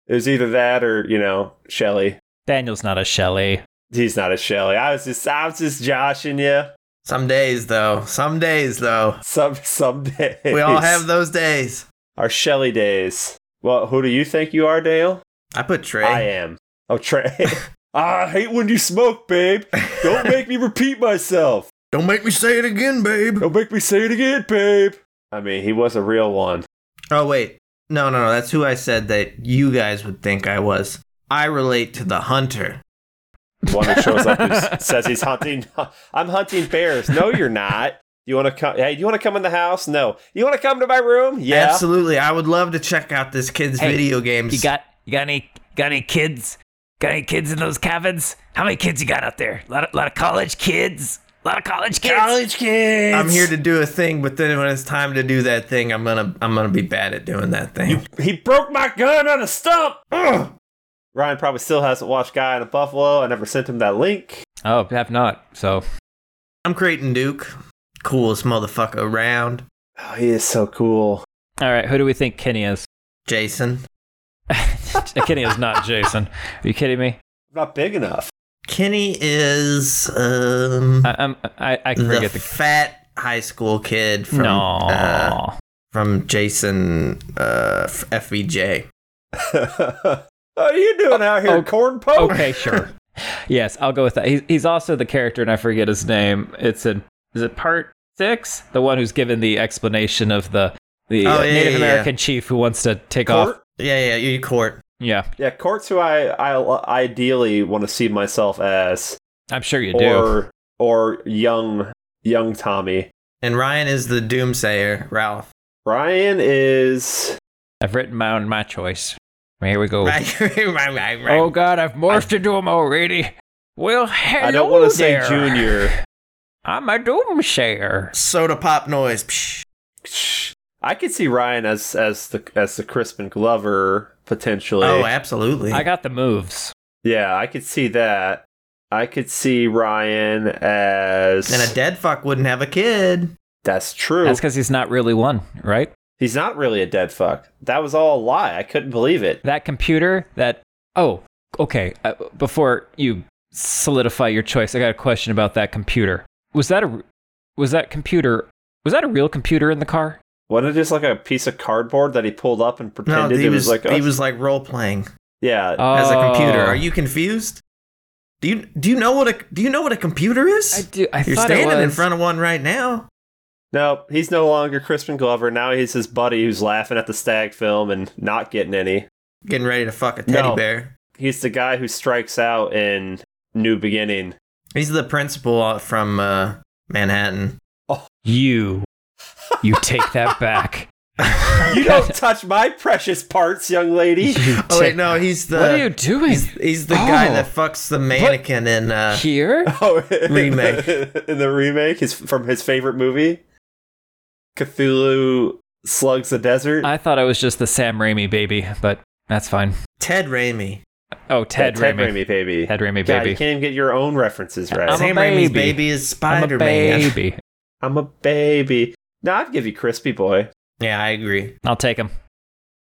It was either that or you know Shelly. Daniel's not a Shelley. He's not a Shelly. I was just I was just joshing you. Some days though. Some days though. Some some days. We all have those days. our Shelly days. Well, who do you think you are, Dale? I put Trey. I am. Oh Trey. I hate when you smoke, babe. Don't make me repeat myself. Don't make me say it again, babe. Don't make me say it again, babe. I mean, he was a real one. Oh wait. No, no, no. That's who I said that you guys would think I was. I relate to the hunter. One that shows up and s- says he's hunting. I'm hunting bears. No, you're not. You want to come? Hey, you want to come in the house? No. You want to come to my room? Yeah. Absolutely. I would love to check out this kid's Hey, video games. You got you got any got any kids? Got any kids in those cabins? How many kids you got out there? A lot of, lot of college kids. A lot of college kids. College kids. I'm here to do a thing, but then when it's time to do that thing, I'm gonna I'm gonna be bad at doing that thing. He broke my gun on a stump. Ugh. Ryan probably still hasn't watched Guy in a Buffalo. I never sent him that link. Oh, I have not. So I'm creating Duke. Coolest motherfucker around. Oh, he is so cool. all right, who do we think Kenny is? Jason. Kenny is not Jason. Are you kidding me? I'm not big enough. Kenny is um I, I'm, I, I can the, forget the. fat high school kid from no. uh, from Jason uh, F- FVJ. what are you doing out here, Oh, corn poke? okay, sure. Yes, I'll go with that. He's, he's also the character, and I forget his name. It's in is it part six? The one who's given the explanation of the the Oh, uh, yeah, Native yeah, American chief who wants to take off. Court? Yeah, yeah, you court. Yeah, Yeah, Court's who I, I ideally want to see myself as, I'm sure you do. or or young young Tommy. And Ryan is the doomsayer, Ralph. Ryan is I've written my own my choice. Here we go. Right, right, right, right. Oh God, I've morphed into him already. Well, hello I don't want to say there. junior. I'm a doomsayer. Soda pop noise. Psh. I could see Ryan as as the as the Crispin Glover potentially. Oh, absolutely. I got the moves. yeah, I could see that. I could see Ryan as and a dead fuck wouldn't have a kid. That's true. That's because he's not really one, right? He's not really a dead fuck. That was all a lie. I couldn't believe it. That computer. That. Oh, okay. Uh, before you solidify your choice, I got a question about that computer. Was that a? Was that computer? Was that a real computer in the car? Wasn't it just like a piece of cardboard that he pulled up and No, pretended he it was, was, like a, he was like role playing yeah. as a computer. Oh. Are you confused? Do you do you know what a do you know what a computer is? I do. I You're thought it standing was. in front of one right now. no, he's no longer Crispin Glover. Now he's his buddy who's laughing at the stag film and not getting any. Getting ready to fuck a teddy No. bear. He's the guy who strikes out in New Beginning. He's the principal from uh, Manhattan. You. You take that back. You don't touch my precious parts, young lady. You take- Oh wait, no, he's the what are you doing? he's, he's the guy Oh. that fucks the mannequin in uh Here? Oh, in Remake. the- in the remake, his from his favorite movie, Cthulhu slugs the desert. I thought I was just the Sam Raimi baby, but that's fine. Ted Raimi. Oh, Ted, Ted Raimi. Raimi, baby. Ted Raimi God, you baby. can't even get your own references right. I'm a Sam Raimi's baby. baby is I'm a Spider Man. baby. I'm a baby. No, I'd give you Crispy Boy. Yeah, I agree. I'll take him.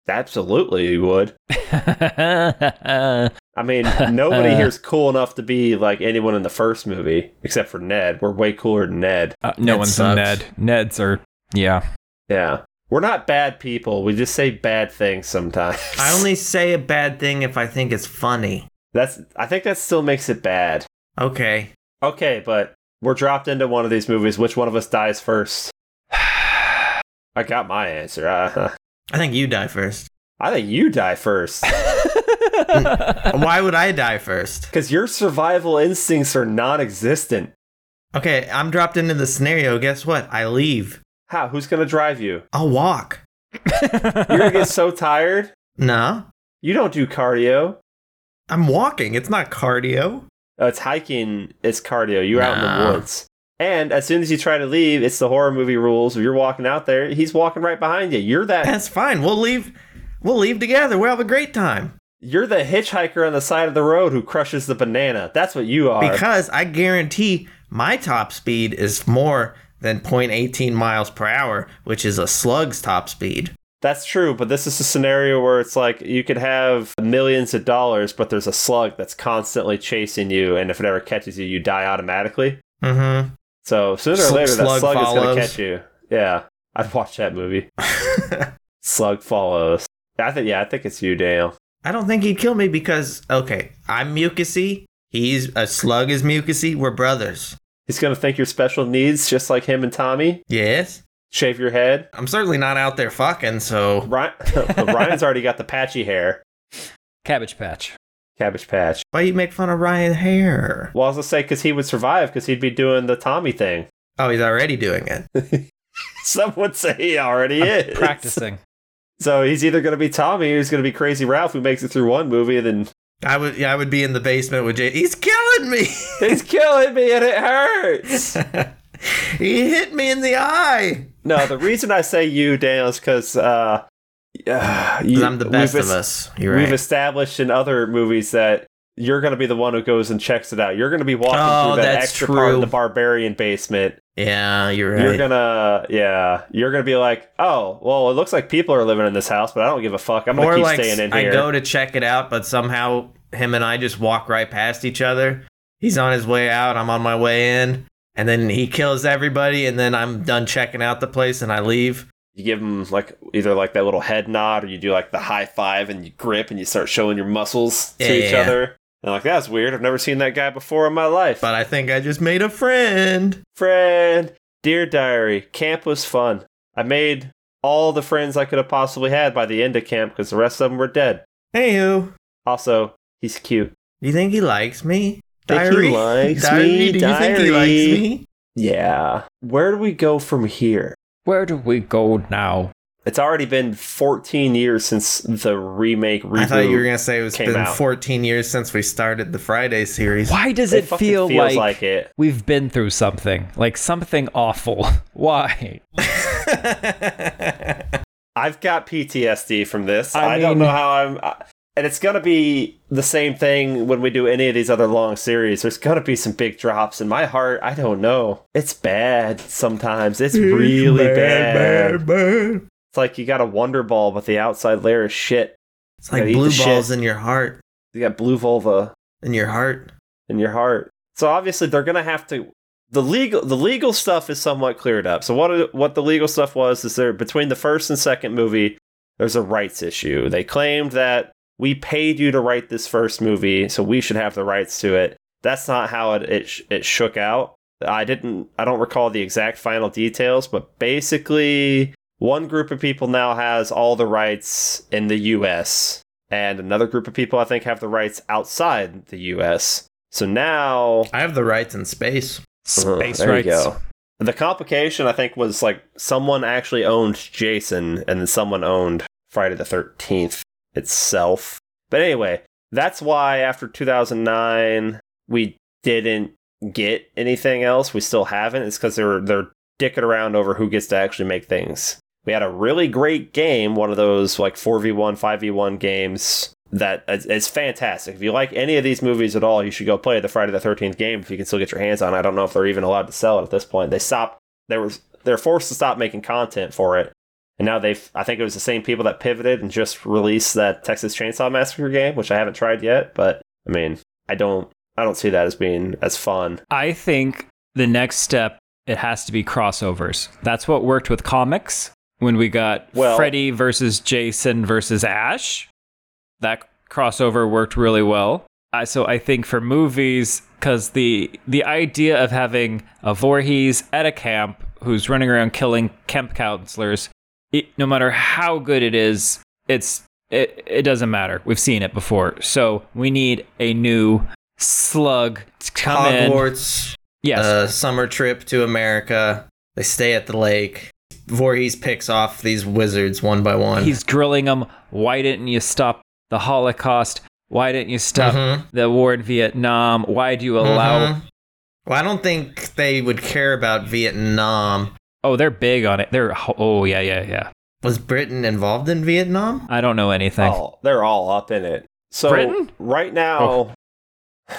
Absolutely, you would. I I mean, nobody here's cool enough to be like anyone in the first movie, except for Ned. We're way cooler than Ned. Uh, no Ned one's sucks. Ned. Neds are yeah. Yeah. We're not bad people. We just say bad things sometimes. I only say a bad thing if I think it's funny. That's. I think that still makes it bad. Okay. Okay, but we're dropped into one of these movies. Which one of us dies first? I got my answer. Uh, I think you die first. I think you die first. Why would I die first? Because your survival instincts are non existent. Okay, I'm dropped into the scenario. Guess what? I leave. How? Who's going to drive you? I'll walk. You're going to get so tired. No, You don't do cardio. I'm walking. It's not cardio. Uh, it's hiking, it's cardio. You're out in Nah. the woods. And as soon as you try to leave, it's the horror movie rules. If you're walking out there, he's walking right behind you. You're that That's fine. We'll leave. We'll leave together. We'll have a great time. you're the hitchhiker on the side of the road who crushes the banana. That's what you are. Because I guarantee my top speed is more than 0.18 miles per hour, which is a slug's top speed. That's true, but this is a scenario where it's like you could have millions of dollars, but there's a slug that's constantly chasing you, and if it ever catches you, you die automatically. Mm-hmm. So sooner or Sl- later, that slug slug is going follows. to catch you. Yeah, I'd watch that movie. slug follows. I think. Yeah, I think it's you, Dale. I don't think he'd kill me because, okay, I'm mucusy. He's a slug is mucusy. We're brothers. He's going to think you're special needs, just like him and Tommy. Yes. Shave your head. I'm certainly not out there fucking, so. Ryan, Ryan's already got the patchy hair, Cabbage Patch. cabbage patch. Why you make fun of Ryan Hair? Well, I was going to say because he would survive because he'd be doing the Tommy thing. Oh, he's already doing it. Some would say he already I'm is. practicing. So he's either going to be Tommy or he's going to be Crazy Ralph who makes it through one movie and then I would, yeah, I would be in the basement with Jay. He's killing me. he's killing me and it hurts. he hit me in the eye. no, the reason I say you, Daniel, is because uh, uh, 'Cause you, I'm the best we've of es- us. You're We've right. established in other movies that you're going to be the one who goes and checks it out. You're going to be walking Oh, through that that's extra part of true. the barbarian basement. Yeah, you're You're right. gonna, yeah, you're gonna be like, oh, well, it looks like people are living in this house, but I don't give a fuck. I'm gonna or keep like staying in I here. go to check it out, but somehow him and I just walk right past each other. He's on his way out, I'm on my way in, and then he kills everybody, and then I'm done checking out the place and I leave. you give them like either like that little head nod, or you do like the high five and you grip and you start showing your muscles to Yeah, each yeah, other. And like that's weird. I've never seen that guy before in my life. But I think I just made a friend. Friend, dear diary, camp was fun. I made all the friends I could have possibly had by the end of camp because the rest of them were dead. Hey, who? Also, he's cute. Do you think he likes me? Think he Diary? likes diary, me, do you think diary. he likes me? Yeah. Where do we go from here? Where do we go now? It's already been 14 years since the remake reboot. I thought you were gonna say it's came been out. 14 years since we started the Friday series. Why does it, fucking feel feels like, like it. we've been through something? Like something awful. Why? I've got PTSD from this. I, I don't mean- know how I'm. I, and it's gonna be the same thing when we do any of these other long series. There's gonna be some big drops in my heart. I don't know. It's bad sometimes. It's really bad. It's like you got a wonder ball, but the outside layer is shit. It's like Yeah, eat blue the shit. balls in your heart. You got blue vulva In your heart. in your heart. So obviously they're gonna have to the legal the legal stuff is somewhat cleared up. So what it- what the legal stuff was is there between the first and second movie, there's a rights issue. They claimed that we paid you to write this first movie, so we should have the rights to it. That's not how it it, sh- it shook out. I didn't I don't recall the exact final details, but basically one group of people now has all the rights in the US and another group of people I think have the rights outside the US. So now I have the rights in space. Space uh, there rights. You go. The complication, I think, was like someone actually owned Jason, and then someone owned Friday the Thirteenth itself. But anyway, that's why after 2009 we didn't get anything else. We still haven't. It's because they're they're dicking around over who gets to actually make things. We had a really great game, one of those like 4v1, 5v1 games that is, is fantastic. If you like any of these movies at all, you should go play the Friday the 13th game if you can still get your hands on it. I don't know if they're even allowed to sell it at this point. They stopped, they were, they're forced to stop making content for it. And now they've, I think it was the same people that pivoted and just released that Texas Chainsaw Massacre game, which I haven't tried yet, but I mean, I don't, I don't see that as being as fun. I think the next step it has to be crossovers. That's what worked with comics when we got Well- Freddy versus Jason versus Ash. That crossover worked really well. I so I think for movies, because the the idea of having a Voorhees at a camp who's running around killing camp counselors, it, no matter how good it is, it's it, it doesn't matter. We've seen it before. So we need a new slug to come in. Hogwarts, Yes. uh, summer trip to America. They stay at the lake. Voorhees picks off these wizards one by one. He's grilling them. Why didn't you stop the Holocaust? Why didn't you stop Mhm, the war in Vietnam? Why do you allow. mhm. Well, I don't think they would care about Vietnam. Oh, they're big on it. They're. Oh, yeah, yeah, yeah. Was Britain involved in Vietnam? I don't know anything. Oh, they're all up in it. So Britain? right now,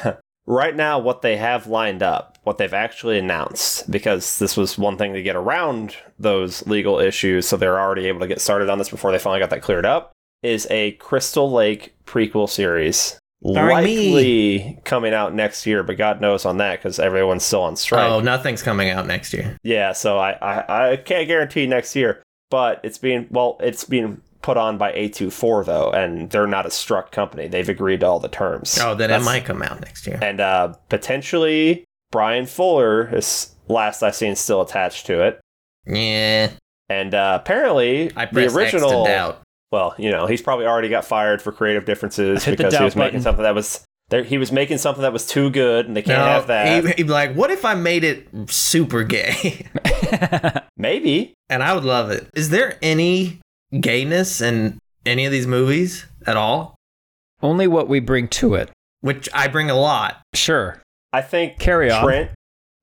right now, what they have lined up, what they've actually announced, because this was one thing to get around those legal issues, so they're already able to get started on this before they finally got that cleared up, is a Crystal Lake prequel series. Darn me. likely coming out next year, but God knows on that because everyone's still on strike. Oh, nothing's coming out next year. Yeah, so I, I I can't guarantee next year, but it's being well, it's being put on by A24 though, and they're not a struck company. They've agreed to all the terms. Oh, then it That's- might come out next year. And uh, potentially Brian Fuller is last I've seen still attached to it, Yeah, and uh, apparently I the pressed X original. to doubt. Well, you know, he's probably already got fired for creative differences Hit the because he doubt was making button. something that was there. He was making something that was too good, and they can't have that. He'd, he'd be like, "What if I made it super gay?" Maybe and I would love it. Is there any gayness in any of these movies at all? Only what we bring to it. Which I bring a lot. Sure. I think Carry on. Trent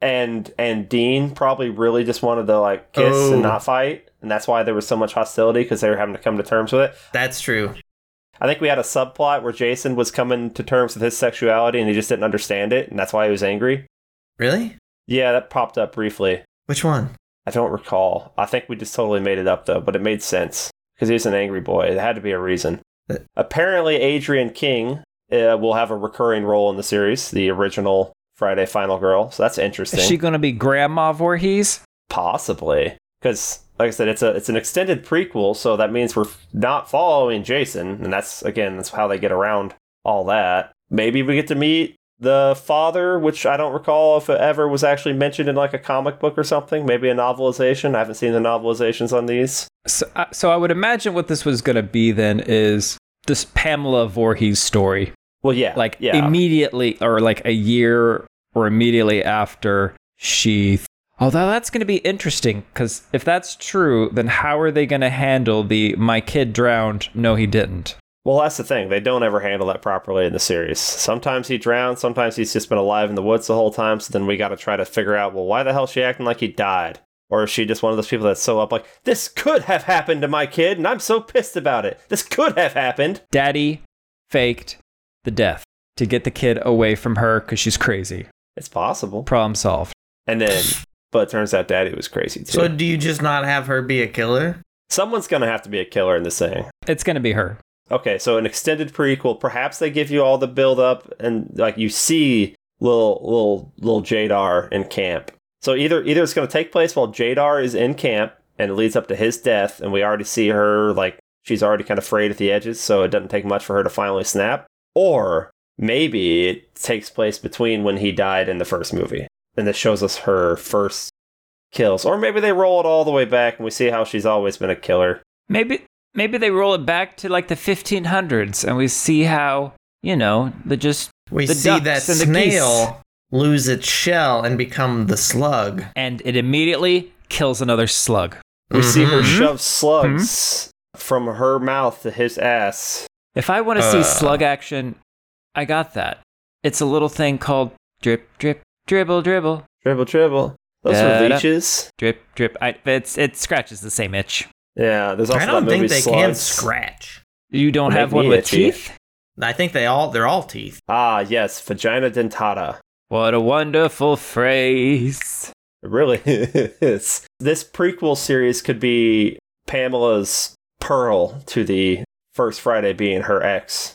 and and Dean probably really just wanted to like kiss Oh. and not fight. and that's why there was so much hostility because they were having to come to terms with it. That's true. I think we had a subplot where Jason was coming to terms with his sexuality and he just didn't understand it, and that's why he was angry. Really? Yeah, that popped up briefly. Which one? I don't recall. I think we just totally made it up though, but it made sense because he was an angry boy. It had to be a reason. Uh, Apparently, Adrian King uh, will have a recurring role in the series, the original Friday Final Girl. So that's interesting. Is she gonna be Grandma Voorhees? Possibly because, like I said, it's a it's an extended prequel, so that means we're f- not following Jason, and that's again that's how they get around all that. Maybe we get to meet the father, which I don't recall if it ever was actually mentioned in like a comic book or something. Maybe a novelization. I haven't seen the novelizations on these. So, I so I would imagine what this was gonna be then is this Pamela Voorhees story, Well, yeah, like yeah, immediately or like a year or immediately after she. Although that's gonna be interesting because if that's true, then how are they gonna handle the my kid drowned? No, he didn't. Well, that's the thing. They don't ever handle that properly in the series. Sometimes he drowns, sometimes he's just been alive in the woods the whole time, so then we got to try to figure out, well, why the hell is she acting like he died? Or is she just one of those people that's so up, like, this could have happened to my kid, and I'm so pissed about it. This could have happened. Daddy faked the death to get the kid away from her because she's crazy. It's possible. Problem solved. And then, but it turns out daddy was crazy too. So do you just not have her be a killer? Someone's going to have to be a killer in this thing. It's gonna be her. Okay, so an extended prequel. Perhaps they give you all the build up and like you see little little little Jadar in camp. So either either it's going to take place while Jadar is in camp and it leads up to his death, and we already see her like she's already kind of frayed at the edges, so it doesn't take much for her to finally snap. Or maybe it takes place between when he died in the first movie, and this shows us her first kills. Or maybe they roll it all the way back and we see how she's always been a killer. Maybe maybe they roll it back to like the 1500s and we see how, you know, the just We The see that ducks and the geese. snail lose its shell and become the slug. and it immediately kills another slug. We see her Mhm. shove slugs Mm-hmm. from her mouth to his ass. If I want to Uh. see slug action, I got that. It's a little thing called drip drip dribble dribble Dribble, dribble. Those are Da-da. leeches. drip drip. I, it's it scratches the same itch. Yeah, there's also I don't that movie think they can Slugs. scratch. You don't Make have one me with itchy. teeth? I think they all they're all teeth. Ah, yes, vagina dentata. What a wonderful phrase. It really is. This prequel series could be Pamela's pearl to the first Friday being her ex.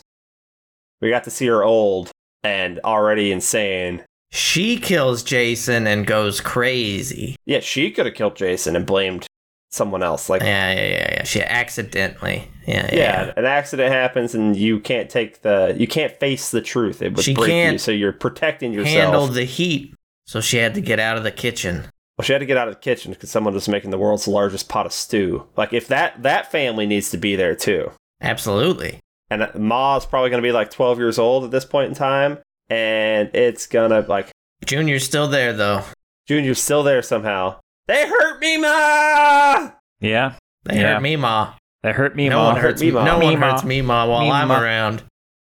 We got to see her old and already insane. She kills Jason and goes crazy. Yeah, she could have killed Jason and blamed someone else. Like, Yeah, yeah, yeah, yeah. She accidentally. Yeah, yeah. yeah, an accident happens and you can't take the you can't face the truth it would She break you can't so you're protecting yeah. yourself Handled the heat, so she had to get out of the kitchen. well she had to get out of the kitchen because someone was making the world's largest pot of stew like if that that family needs to be there too Absolutely. and ma's probably going to be like 12 years old at this point in time and it's gonna like Junior's still there though. junior's still there somehow they hurt me ma Yeah. They Yeah. hurt me, ma. That hurt me, no Mom. one hurts me. Meemaw. No one Meemaw. hurts me, ma. While I'm Meemaw. around,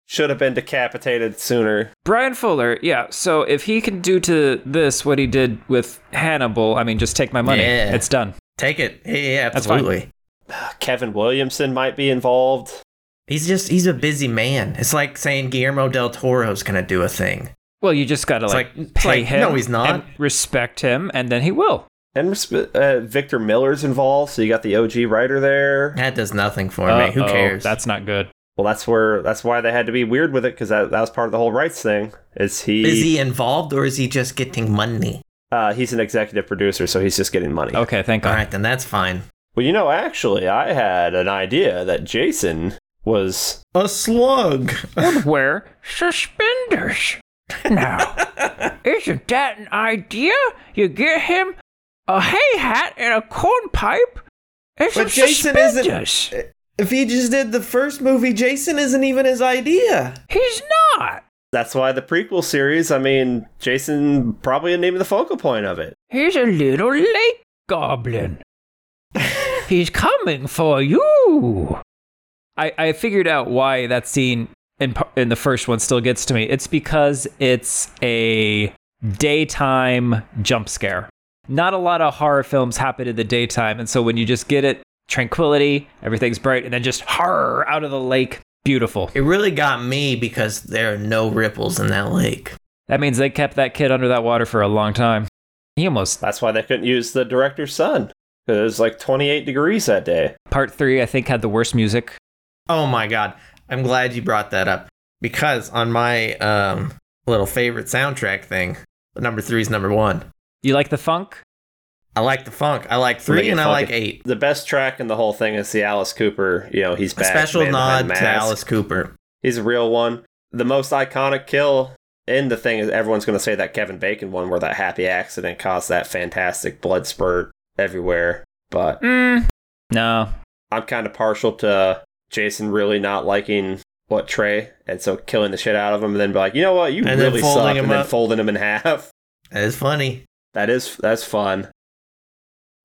should have been decapitated sooner Brian Fuller, yeah. So if he can do to this what he did with Hannibal, I mean, just take my money. Yeah. It's done. take it. Yeah, yeah That's fine. absolutely. kevin williamson might be involved He's just he's a busy man. It's like saying Guillermo del Toro's gonna do a thing. Well, you just gotta It's like, like, it's pay like him. no, he's not. and respect him, and then he will. and resp- uh, victor miller's involved so you got the og writer there That does nothing for me. Who Uh-oh, cares? That's not good. Well, that's where that's why they had to be weird with it because that, that was part of the whole rights thing. Is he? is he involved or is he just getting money? Uh, he's an executive producer, so he's just getting money. Okay, thank All God. right, then that's fine. Well, you know, actually, I had an idea that Jason was. A slug. Wear suspenders. Now, isn't that an idea? You get him a hay hat and a cornpipe and But some Jason isn't- suspenders. If he just did the first movie, Jason isn't even his idea. He's not. That's why the prequel series. I mean, Jason probably didn't even the focal point of it. He's a little lake goblin. He's coming for you. I, I figured out why that scene in, par- in the first one still gets to me. It's because it's a daytime jump scare. not a lot of horror films happen in the daytime. And so when you just get it, tranquility, everything's bright, and then just horror out of the lake, beautiful. It really got me because there are no ripples in that lake. That means they kept that kid under that water for a long time. He almost, That's why they couldn't use the director's son. 'cause It was like 28 degrees that day. part three, I think, had the worst music. Oh my god. I'm glad you brought that up because on my um, little favorite soundtrack thing, number three is number one. You like the funk? I like the funk. I like three Really and I funky. like eight. The best track in the whole thing is the Alice Cooper. You know, he's A back. special man behind nod the to mask. Alice Cooper. He's a real one. The most iconic kill in the thing is everyone's going to say that Kevin Bacon one where that happy accident caused that fantastic blood spurt everywhere. But Mm. No. I'm kind of partial to Jason really not liking what Trey, and so killing the shit out of him, and then be like, you know what, you And then really folding suck, him and then up. folding him in half. That is funny. That is that's fun.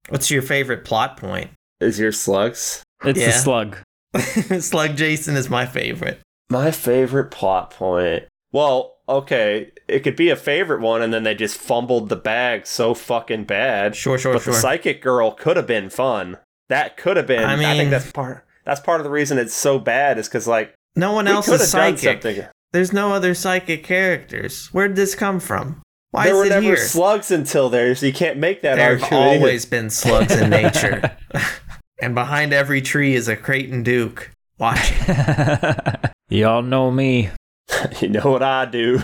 What's your favorite plot point? Is your slugs? It's Yeah. the slug. Slug Jason is my favorite. My favorite plot point. Well, okay, it could be a favorite one, and then they just fumbled the bag so fucking bad. Sure, sure, but sure. the psychic girl could have been fun. That could have been. I I, mean- think that's part. That's part of the reason it's so bad is because like no one we else could is have done psychic. something. There's no other psychic characters. Where'd this come from? Why there is were it never here? slugs until there, so you can't make that there have argument. either. always been slugs in nature. and behind every tree is a Creighton Duke. Watch it. Y'all know me. You know what I do?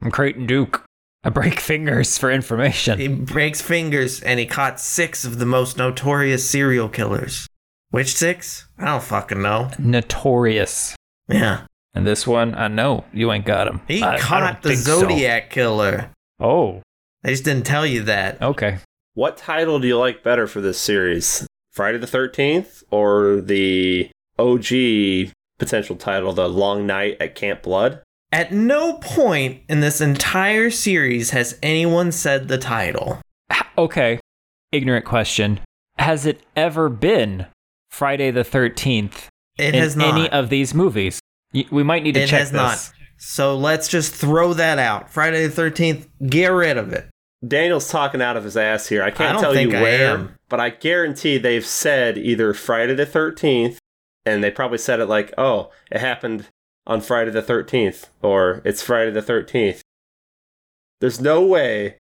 I'm Creighton Duke. I break fingers for information. He breaks fingers and he caught six of the most notorious serial killers. Which six? I don't fucking know. Notorious. Yeah. And this one, I know you ain't got him. He I- I caught don't the think so. Zodiac killer. Oh, They just didn't tell you that. okay. What title do you like better for this series? Friday the 13th or the OG potential title, The Long Night at Camp Blood? At no point in this entire series has anyone said the title. H- Okay. Ignorant question. Has it ever been Friday the 13th It in has not. any of these movies? Y- We might need to it check has this. not. So let's just throw that out. Friday the 13th, get rid of it. Daniel's talking out of his ass here. I I can't don't tell you think I where, am. but I guarantee they've said either Friday the 13th, and they probably said it like, oh, it happened on Friday the 13th, or it's Friday the 13th. There's no way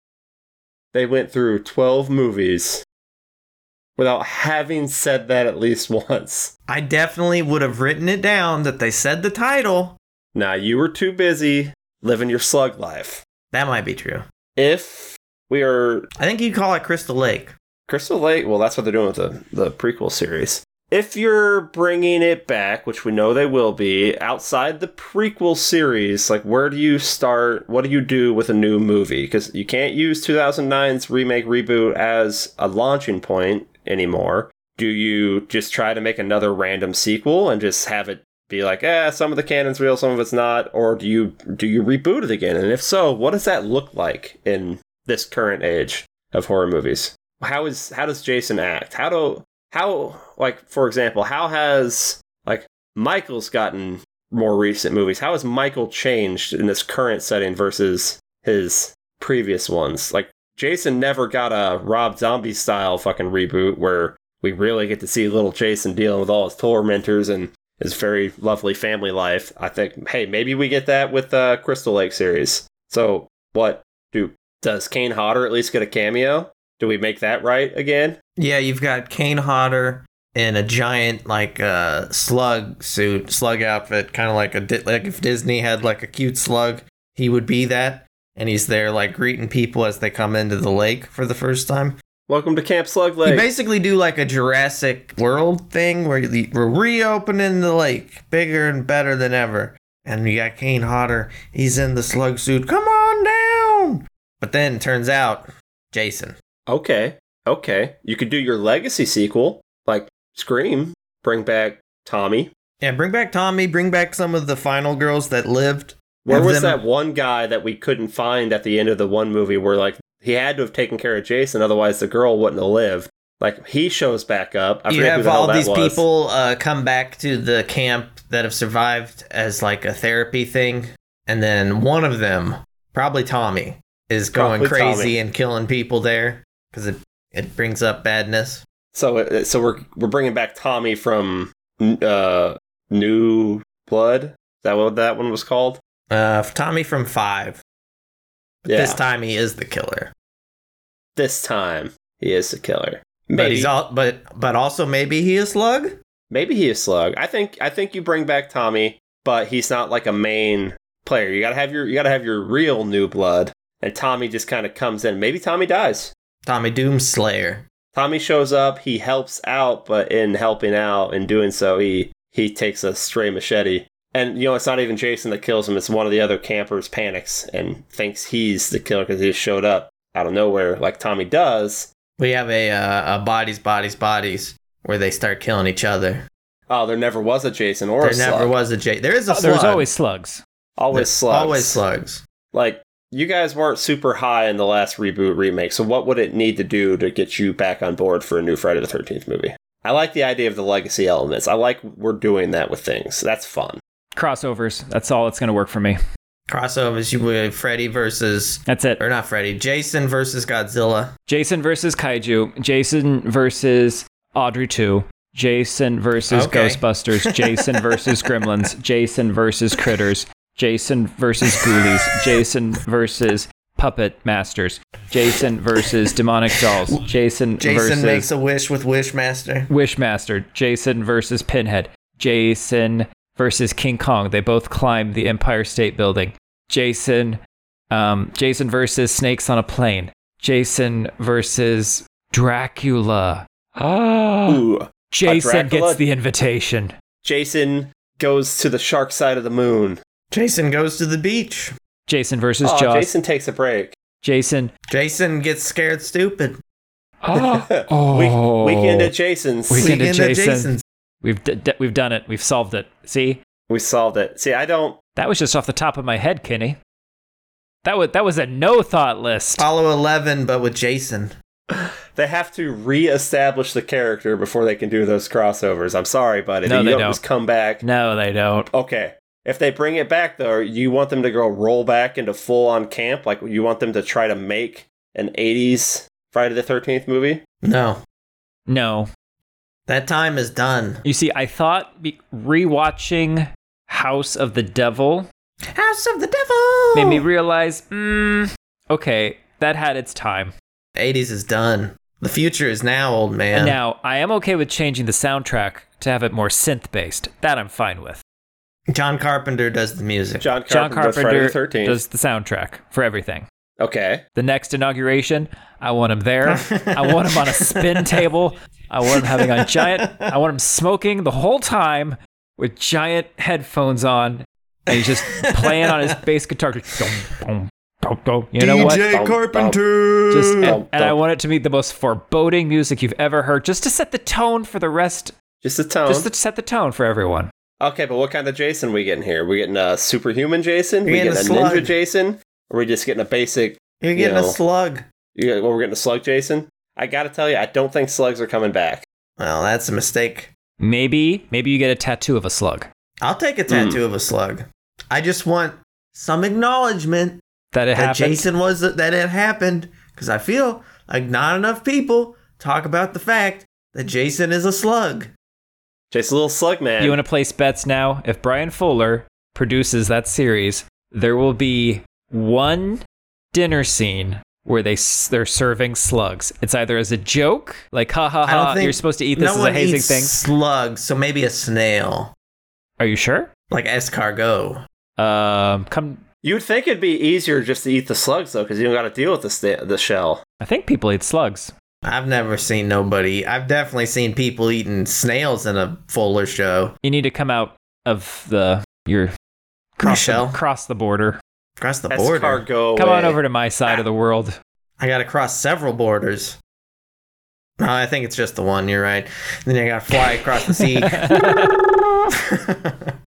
they went through 12 movies without having said that at least once. I definitely would have written it down that they said the title. Now, you were too busy living your slug life. That might be true. If we are I think you call it Crystal Lake. Crystal Lake, well, that's what they're doing with the, the prequel series. If you're bringing it back, which we know they will be, outside the prequel series, like where do you start? What do you do with a new movie? Because you can't use 2009's remake reboot as a launching point anymore. Do you just try to make another random sequel and just have it be like, eh, some of the canon's real, some of it's not, or do you do you reboot it again? And if so, what does that look like in this current age of horror movies? how is how does Jason act? How do how like for example, how has like Michael's gotten more recent movies? How has Michael changed in this current setting versus his previous ones? Like Jason never got a Rob Zombie style fucking reboot where we really get to see little Jason dealing with all his tormentors and his very lovely family life. I think hey, maybe we get that with uh, Crystal Lake series. So what do does Kane Hodder at least get a cameo? Do we make that right again? Yeah, you've got Kane Hodder in a giant like uh, slug suit, slug outfit, kind of like a Di- like if Disney had like a cute slug, he would be that, and he's there like greeting people as they come into the lake for the first time. Welcome to Camp Slug you Lake. basically do like a Jurassic World thing where you, we're reopening the lake, bigger and better than ever. And you got Kane Hodder. He's in the slug suit. Come on down. But then turns out Jason. okay, okay. You could do your legacy sequel, like Scream, bring back Tommy. Yeah, bring back Tommy. Bring back some of the final girls that lived. Where Have was them- that one guy that we couldn't find at the end of the one movie where, like, he had to have taken care of Jason, otherwise the girl wouldn't have lived? Like, he shows back up. I you forget who have the hell all that these was. people uh, come back to the camp that have survived as like a therapy thing, and then one of them, probably Tommy, is going Probably crazy Tommy. and killing people there. because it it brings up badness. So uh, so we're we're bringing back Tommy from uh New Blood. Is that what that one was called? Uh, Tommy from Five. But Yeah. This time he is the killer, This time he is the killer. but Maybe he's all but but also maybe he is Slug. maybe he is slug. I think I think you bring back Tommy, but he's not like a main player. You gotta have your you gotta have your real new blood, and Tommy just kind of comes in. Maybe Tommy dies. Tommy Doomslayer. Tommy shows up. He helps out, but in helping out in doing so, he he takes a stray machete. And you know, it's not even Jason that kills him. It's one of the other campers panics and thinks he's the killer because he just showed up out of nowhere, like Tommy does. We have a uh, a bodies bodies bodies where they start killing each other. Oh, there never was a Jason or there a slug. never was a J. There is a Oh, slug. there's always slugs. always There's slugs. Always slugs. like you guys weren't super high in the last reboot remake so what would it need to do to get you back on board for a new friday the 13th movie i like the idea of the legacy elements i like we're doing that with things that's fun Crossovers. That's all that's going to work for me. Crossovers. You would Freddy versus That's it. or not Freddy. Jason versus Godzilla. Jason versus Kaiju. Jason versus Audrey 2. Jason versus Okay. Ghostbusters. Jason versus Gremlins. Jason versus Critters. Jason versus Ghoulies. Jason versus Puppet Masters. Jason versus Demonic Dolls. Jason, Jason versus makes a wish with Wishmaster. Wishmaster. Jason versus Pinhead. Jason versus King Kong. They both climb the Empire State Building. Jason, um, Jason versus Snakes on a Plane. Jason versus Dracula. Ah. Ooh. Jason Dracula? gets the invitation. jason goes to the shark side of the moon Jason goes to the beach. Jason versus oh, Jaws. Jason. jason takes a break Jason gets scared stupid. Ah. Week- oh. weekend at jason's We- we-, Weekend at Weekend at Jason. Jason's. We've d- d- we've done it. We've solved it. See, solved it see i don't that was just off the top of my head, Kenny. That was that was a no thought list. Apollo 11, but with Jason. they have to re-establish the character before they can do those crossovers i'm sorry buddy No, you they don't, don't. just come back No, they don't. Okay. If they bring it back though, you want them to go roll back into full on camp? Like you want them to try to make an eighties Friday the thirteenth movie? No, No. that time is done. You see, I thought be- rewatching House of the Devil House of the Devil. made me realize, mm, okay, that had its time. 80s is done. The future is now, old man. And now I am okay with changing the soundtrack to have it more synth based. That I'm fine with. John Carpenter does the music. John Carpenter, John does Friday Carpenter the thirteenth. does the soundtrack for everything. okay. The next inauguration, I want him there. I want him on a spin table. I want him having on giant. I want him smoking the whole time with giant headphones on, and he's just playing on his bass guitar. Just dum, dum, dum, dum. You know what? DJ Bum, Carpenter. Just and, Dum, and I dum. want it to be the most foreboding music you've ever heard, just to set the tone for the rest. Just the tone. Just to set the tone for everyone. okay, but what kind of Jason we getting here? We getting a superhuman Jason? You're We getting getting a a slug. ninja Jason? Or we just getting a basic You're getting you know. a slug. you know, well, we're getting a slug Jason? I gotta tell you, I don't think slugs are coming back. Well, that's a mistake. Maybe, maybe you get a tattoo of a slug. I'll take a tattoo of a slug. I just want some acknowledgement That it that happened. Jason was that it happened because I feel like not enough people talk about the fact that Jason is a slug. Jason's a little slug man. You want to place bets now? If Brian Fuller produces that series, there will be one dinner scene where they s- they're serving slugs. It's either as a joke, like ha ha I don't ha, think you're supposed to eat this no as one a hazing eats thing. Slugs, so maybe a snail, Are you sure? like escargot. Um, come. You'd think it'd be easier just to eat the slugs though, because you don't got to deal with the sta- the shell. I think people eat slugs. I've never seen nobody. I've definitely seen people eating snails in a Fuller show. You need to come out of the your cross the, Michelle, cross the border. across the That's border. cargo. Come on way. over to my side of the world. I got to cross several borders. No, I think it's just the one. You're right. Then I got to fly across the sea.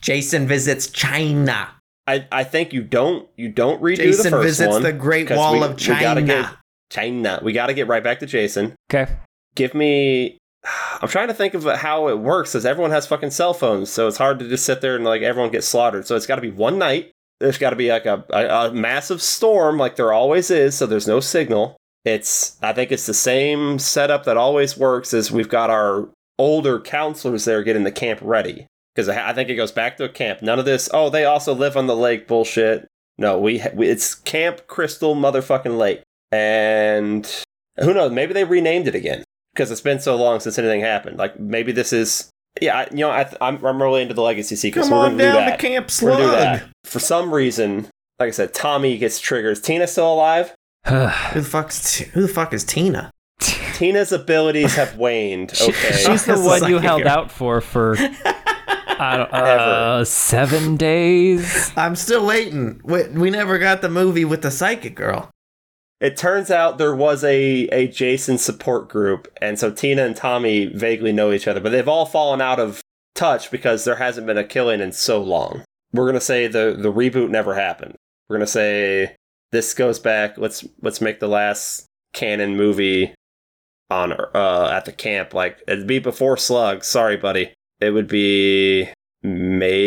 Jason visits China. I, I think you don't you don't redo the Jason first visits one. the Great 'cause Wall we- of we gotta China. get- China. We got to get right back to Jason. Okay. Give me. I'm trying to think of how it works because everyone has fucking cell phones, so it's hard to just sit there and like everyone gets slaughtered. So it's got to be one night. There's got to be like a, a a massive storm, like there always is. So there's no signal. It's I think it's the same setup that always works. Is we've got our older counselors there getting the camp ready because I I think it goes back to a camp. None of this. Oh, they also live on the lake bullshit. No, we, ha- we it's Camp Crystal motherfucking Lake, and who knows? Maybe they renamed it again because it's been so long since anything happened. Like maybe this is. Yeah, I, you know, I th- I'm, I'm really into the legacy sequence. Come so we're on gonna do down that. to Camp We're gonna do Slug. that. For some reason, like I said, Tommy gets triggered. Is Tina still alive? Who the fuck's T- who the fuck is Tina? Tina's abilities have waned. She- Okay. She's the This is one like you a held hero. out for for I don't, uh, seven days. I'm still waiting. We, we never got the movie with the psychic girl. it turns out there was a, a Jason support group, and so Tina and Tommy vaguely know each other, but they've all fallen out of touch because there hasn't been a killing in so long. We're gonna say the, the reboot never happened. We're gonna say this goes back. Let's let's make the last canon movie on uh, at the camp. Like it'd be before Slug. Sorry, buddy. It would be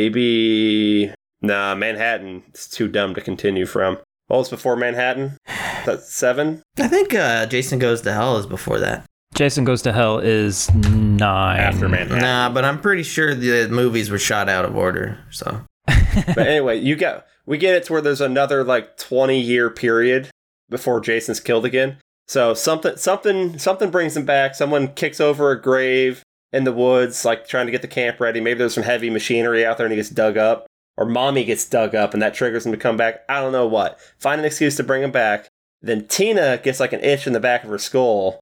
maybe nah. Manhattan. It's too dumb to continue from. Well, it's before Manhattan. That's seven. I think uh, Jason Goes to Hell is before that. Jason Goes to Hell is nine. After Man- Yeah. Nah, but I'm pretty sure the movies were shot out of order. So But anyway, you get we get it to where there's another like twenty year period before Jason's killed again. So something something something brings him back. Someone kicks over a grave in the woods, like trying to get the camp ready. Maybe there's some heavy machinery out there and he gets dug up. Or mommy gets dug up and that triggers him to come back. I don't know what. Find an excuse to bring him back. Then Tina gets like an itch in the back of her skull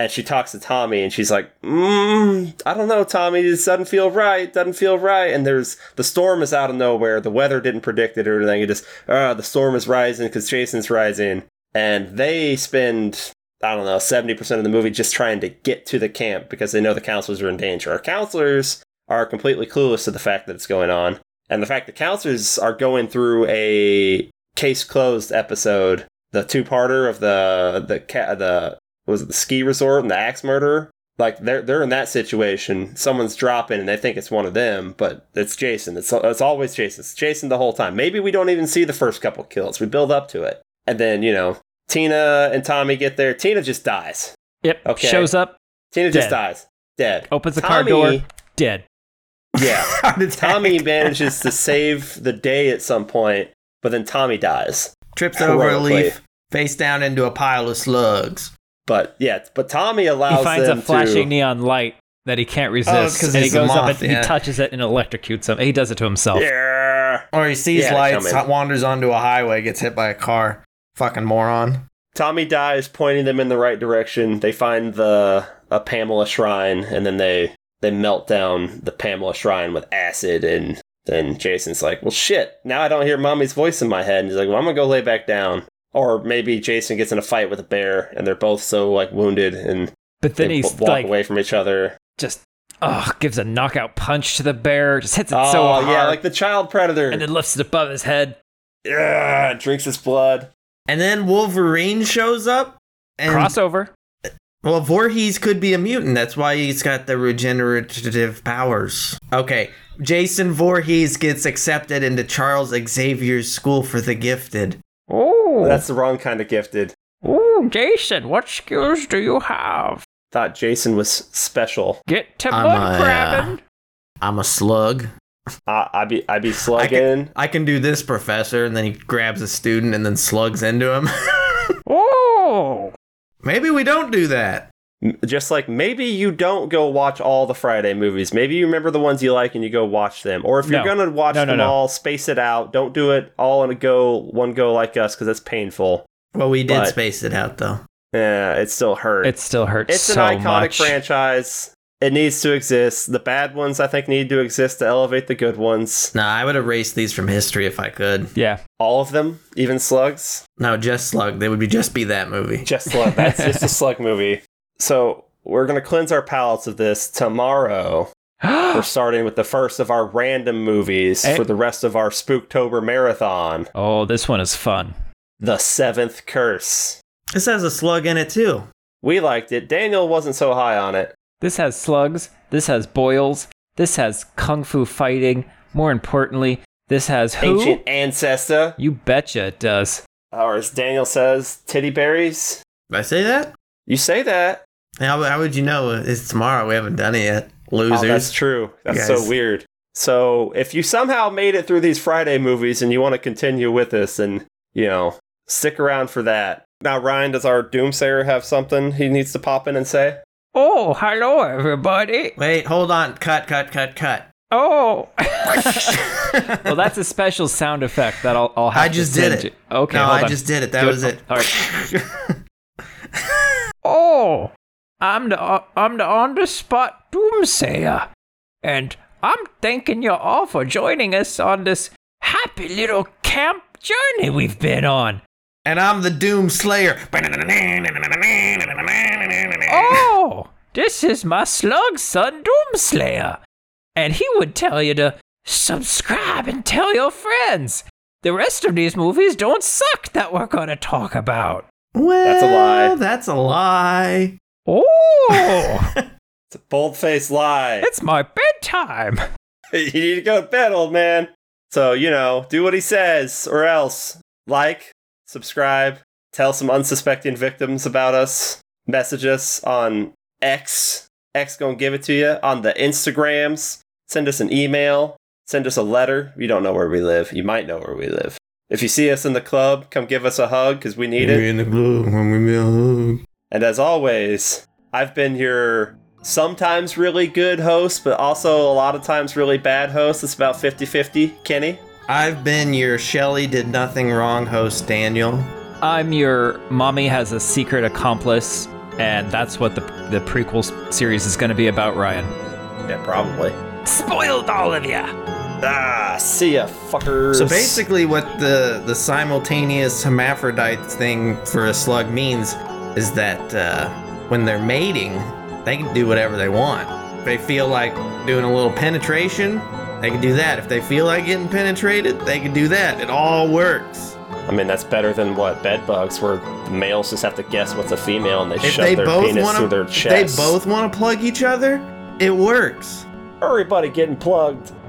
and she talks to Tommy and she's like, mm, I don't know, Tommy, this doesn't feel right, doesn't feel right. And there's the storm is out of nowhere. The weather didn't predict it or anything. It just, uh, the storm is rising because Jason's rising. And they spend, I don't know, 70% of the movie just trying to get to the camp because they know the counselors are in danger. Our counselors are completely clueless to the fact that it's going on. And the fact that counselors are going through a case closed episode, the two parter of the, the, ca- the was it the ski resort and the axe murderer? Like they're they're in that situation. Someone's dropping and they think it's one of them, but it's Jason. It's it's always Jason. It's Jason the whole time. Maybe we don't even see the first couple kills. We build up to it, and then you know Tina and Tommy get there. Tina just dies. yep. Okay. Shows up, Tina just Dead. dies. Dead. opens the Tommy- car door, dead. Yeah. Heart attack. Tommy manages to save the day at some point, but then Tommy dies. trips over a heroically. leaf, face down into a pile of slugs. But yeah, but Tommy allows He finds them a flashing to, Oh, neon light that he can't resist, 'cause and he he's a goes up moth, and yeah. he touches it and electrocutes him. He does it to himself. Yeah. Or he sees Yeah, they lights, come in. wanders onto a highway, gets hit by a car. Fucking moron. Tommy dies, pointing them in the right direction. They find the a Pamela shrine, and then they they melt down the Pamela shrine with acid. And then Jason's like, "Well, shit! Now I don't hear mommy's voice in my head." And he's like, "Well, I'm gonna go lay back down." Or maybe Jason gets in a fight with a bear, and they're both so like wounded, and But then they he's w- walk like, away from each other. just oh, gives a knockout punch to the bear, just hits it oh so hard, yeah, like the child predator. and then lifts it above his head. yeah, drinks his blood. And then Wolverine shows up. And Crossover. well, Voorhees could be a mutant. That's why he's got the regenerative powers. Okay, Jason Voorhees gets accepted into Charles Xavier's School for the Gifted. Oh, That's the wrong kind of gifted. Ooh, Jason, what skills do you have? Thought Jason was special. Get to I'm uh, mud a, crabbing. I'm a slug. I, I be I be slugging. I can do this, Professor. And then he grabs a student and then slugs into him. Oh, Maybe we don't do that. M- just like maybe you don't go watch all the Friday movies. Maybe you remember the ones you like and you go watch them. Or if you're No. gonna watch No, no, them no. all, space it out. Don't do it all in a go, one go like us, because that's painful. Well, we did But- space it out though. Yeah, it still hurts. it still hurts. it's so an iconic much. franchise. It needs to exist. The bad ones, I think, need to exist to elevate the good ones. Nah, I would erase these from history if I could. Yeah, All of them, even Slugs. No, just Slug. They would be just be that movie. Just Slug. That's just a Slug movie. So we're gonna cleanse our palates of this tomorrow. We're starting with the first of our random movies Eh? for the rest of our Spooktober marathon. oh, this one is fun. The Seventh Curse. This has a slug in it too. We liked it. Daniel wasn't so high on it. This has slugs. This has boils. This has kung fu fighting. More importantly, this has who? Ancient Ancestor, You betcha it does. or as Daniel says, Titty Berries. Did I say that? You say that. How, how would you know? It's tomorrow. We haven't done it yet. Oh, that's Losers. true. That's guys. so weird. So if you somehow made it through these Friday movies and you want to continue with us, then you know, stick around for that. Now, Ryan, does our doomsayer have something he needs to pop in and say? Oh, hello, everybody. Wait, hold on. Cut, cut, cut, cut. Oh. well, that's a special sound effect that I'll, I'll have I to just did send it. you. Okay, no, hold I on. just did it. That Do was it. All right. Oh, I'm the I'm the on the spot doomsayer, and I'm thanking you all for joining us on this happy little camp journey we've been on. and I'm the Doom Slayer. Oh, this is my slug son Doomslayer, and he would tell you to subscribe and tell your friends. The rest of these movies don't suck that we're gonna talk about. Well, That's a lie. That's a lie. Oh, It's a bold faced lie. it's my bedtime. you need to go to bed, old man. So, you know, do what he says, or else. Like, subscribe, tell some unsuspecting victims about us, message us on X. X gonna give it to you on the Instagrams. Send us an email, send us a letter. You don't know where we live. You might know where we live. If you see us in the club, come give us a hug because we need it. in the blue when we meet. And as always, I've been your sometimes really good host, but also a lot of times really bad host. It's about 50 50. Kenny? I've been your Shelly did nothing wrong host, Daniel. I'm your mommy has a secret accomplice, and that's what the the prequel s- series is going to be about, Ryan. Yeah, probably. Spoiled all of ya. Ah, see ya, fuckers. So basically, what the the simultaneous hermaphrodite thing for a slug means is that uh, when they're mating, they can do whatever they want. If they feel like doing a little penetration, they can do that. If they feel like getting penetrated, they can do that. It all works. I mean, that's better than what? Bed bugs, where the males just have to guess what's a female and they If shove they their both penis through want their to, chest. they both want to plug each other. It works. Everybody getting plugged.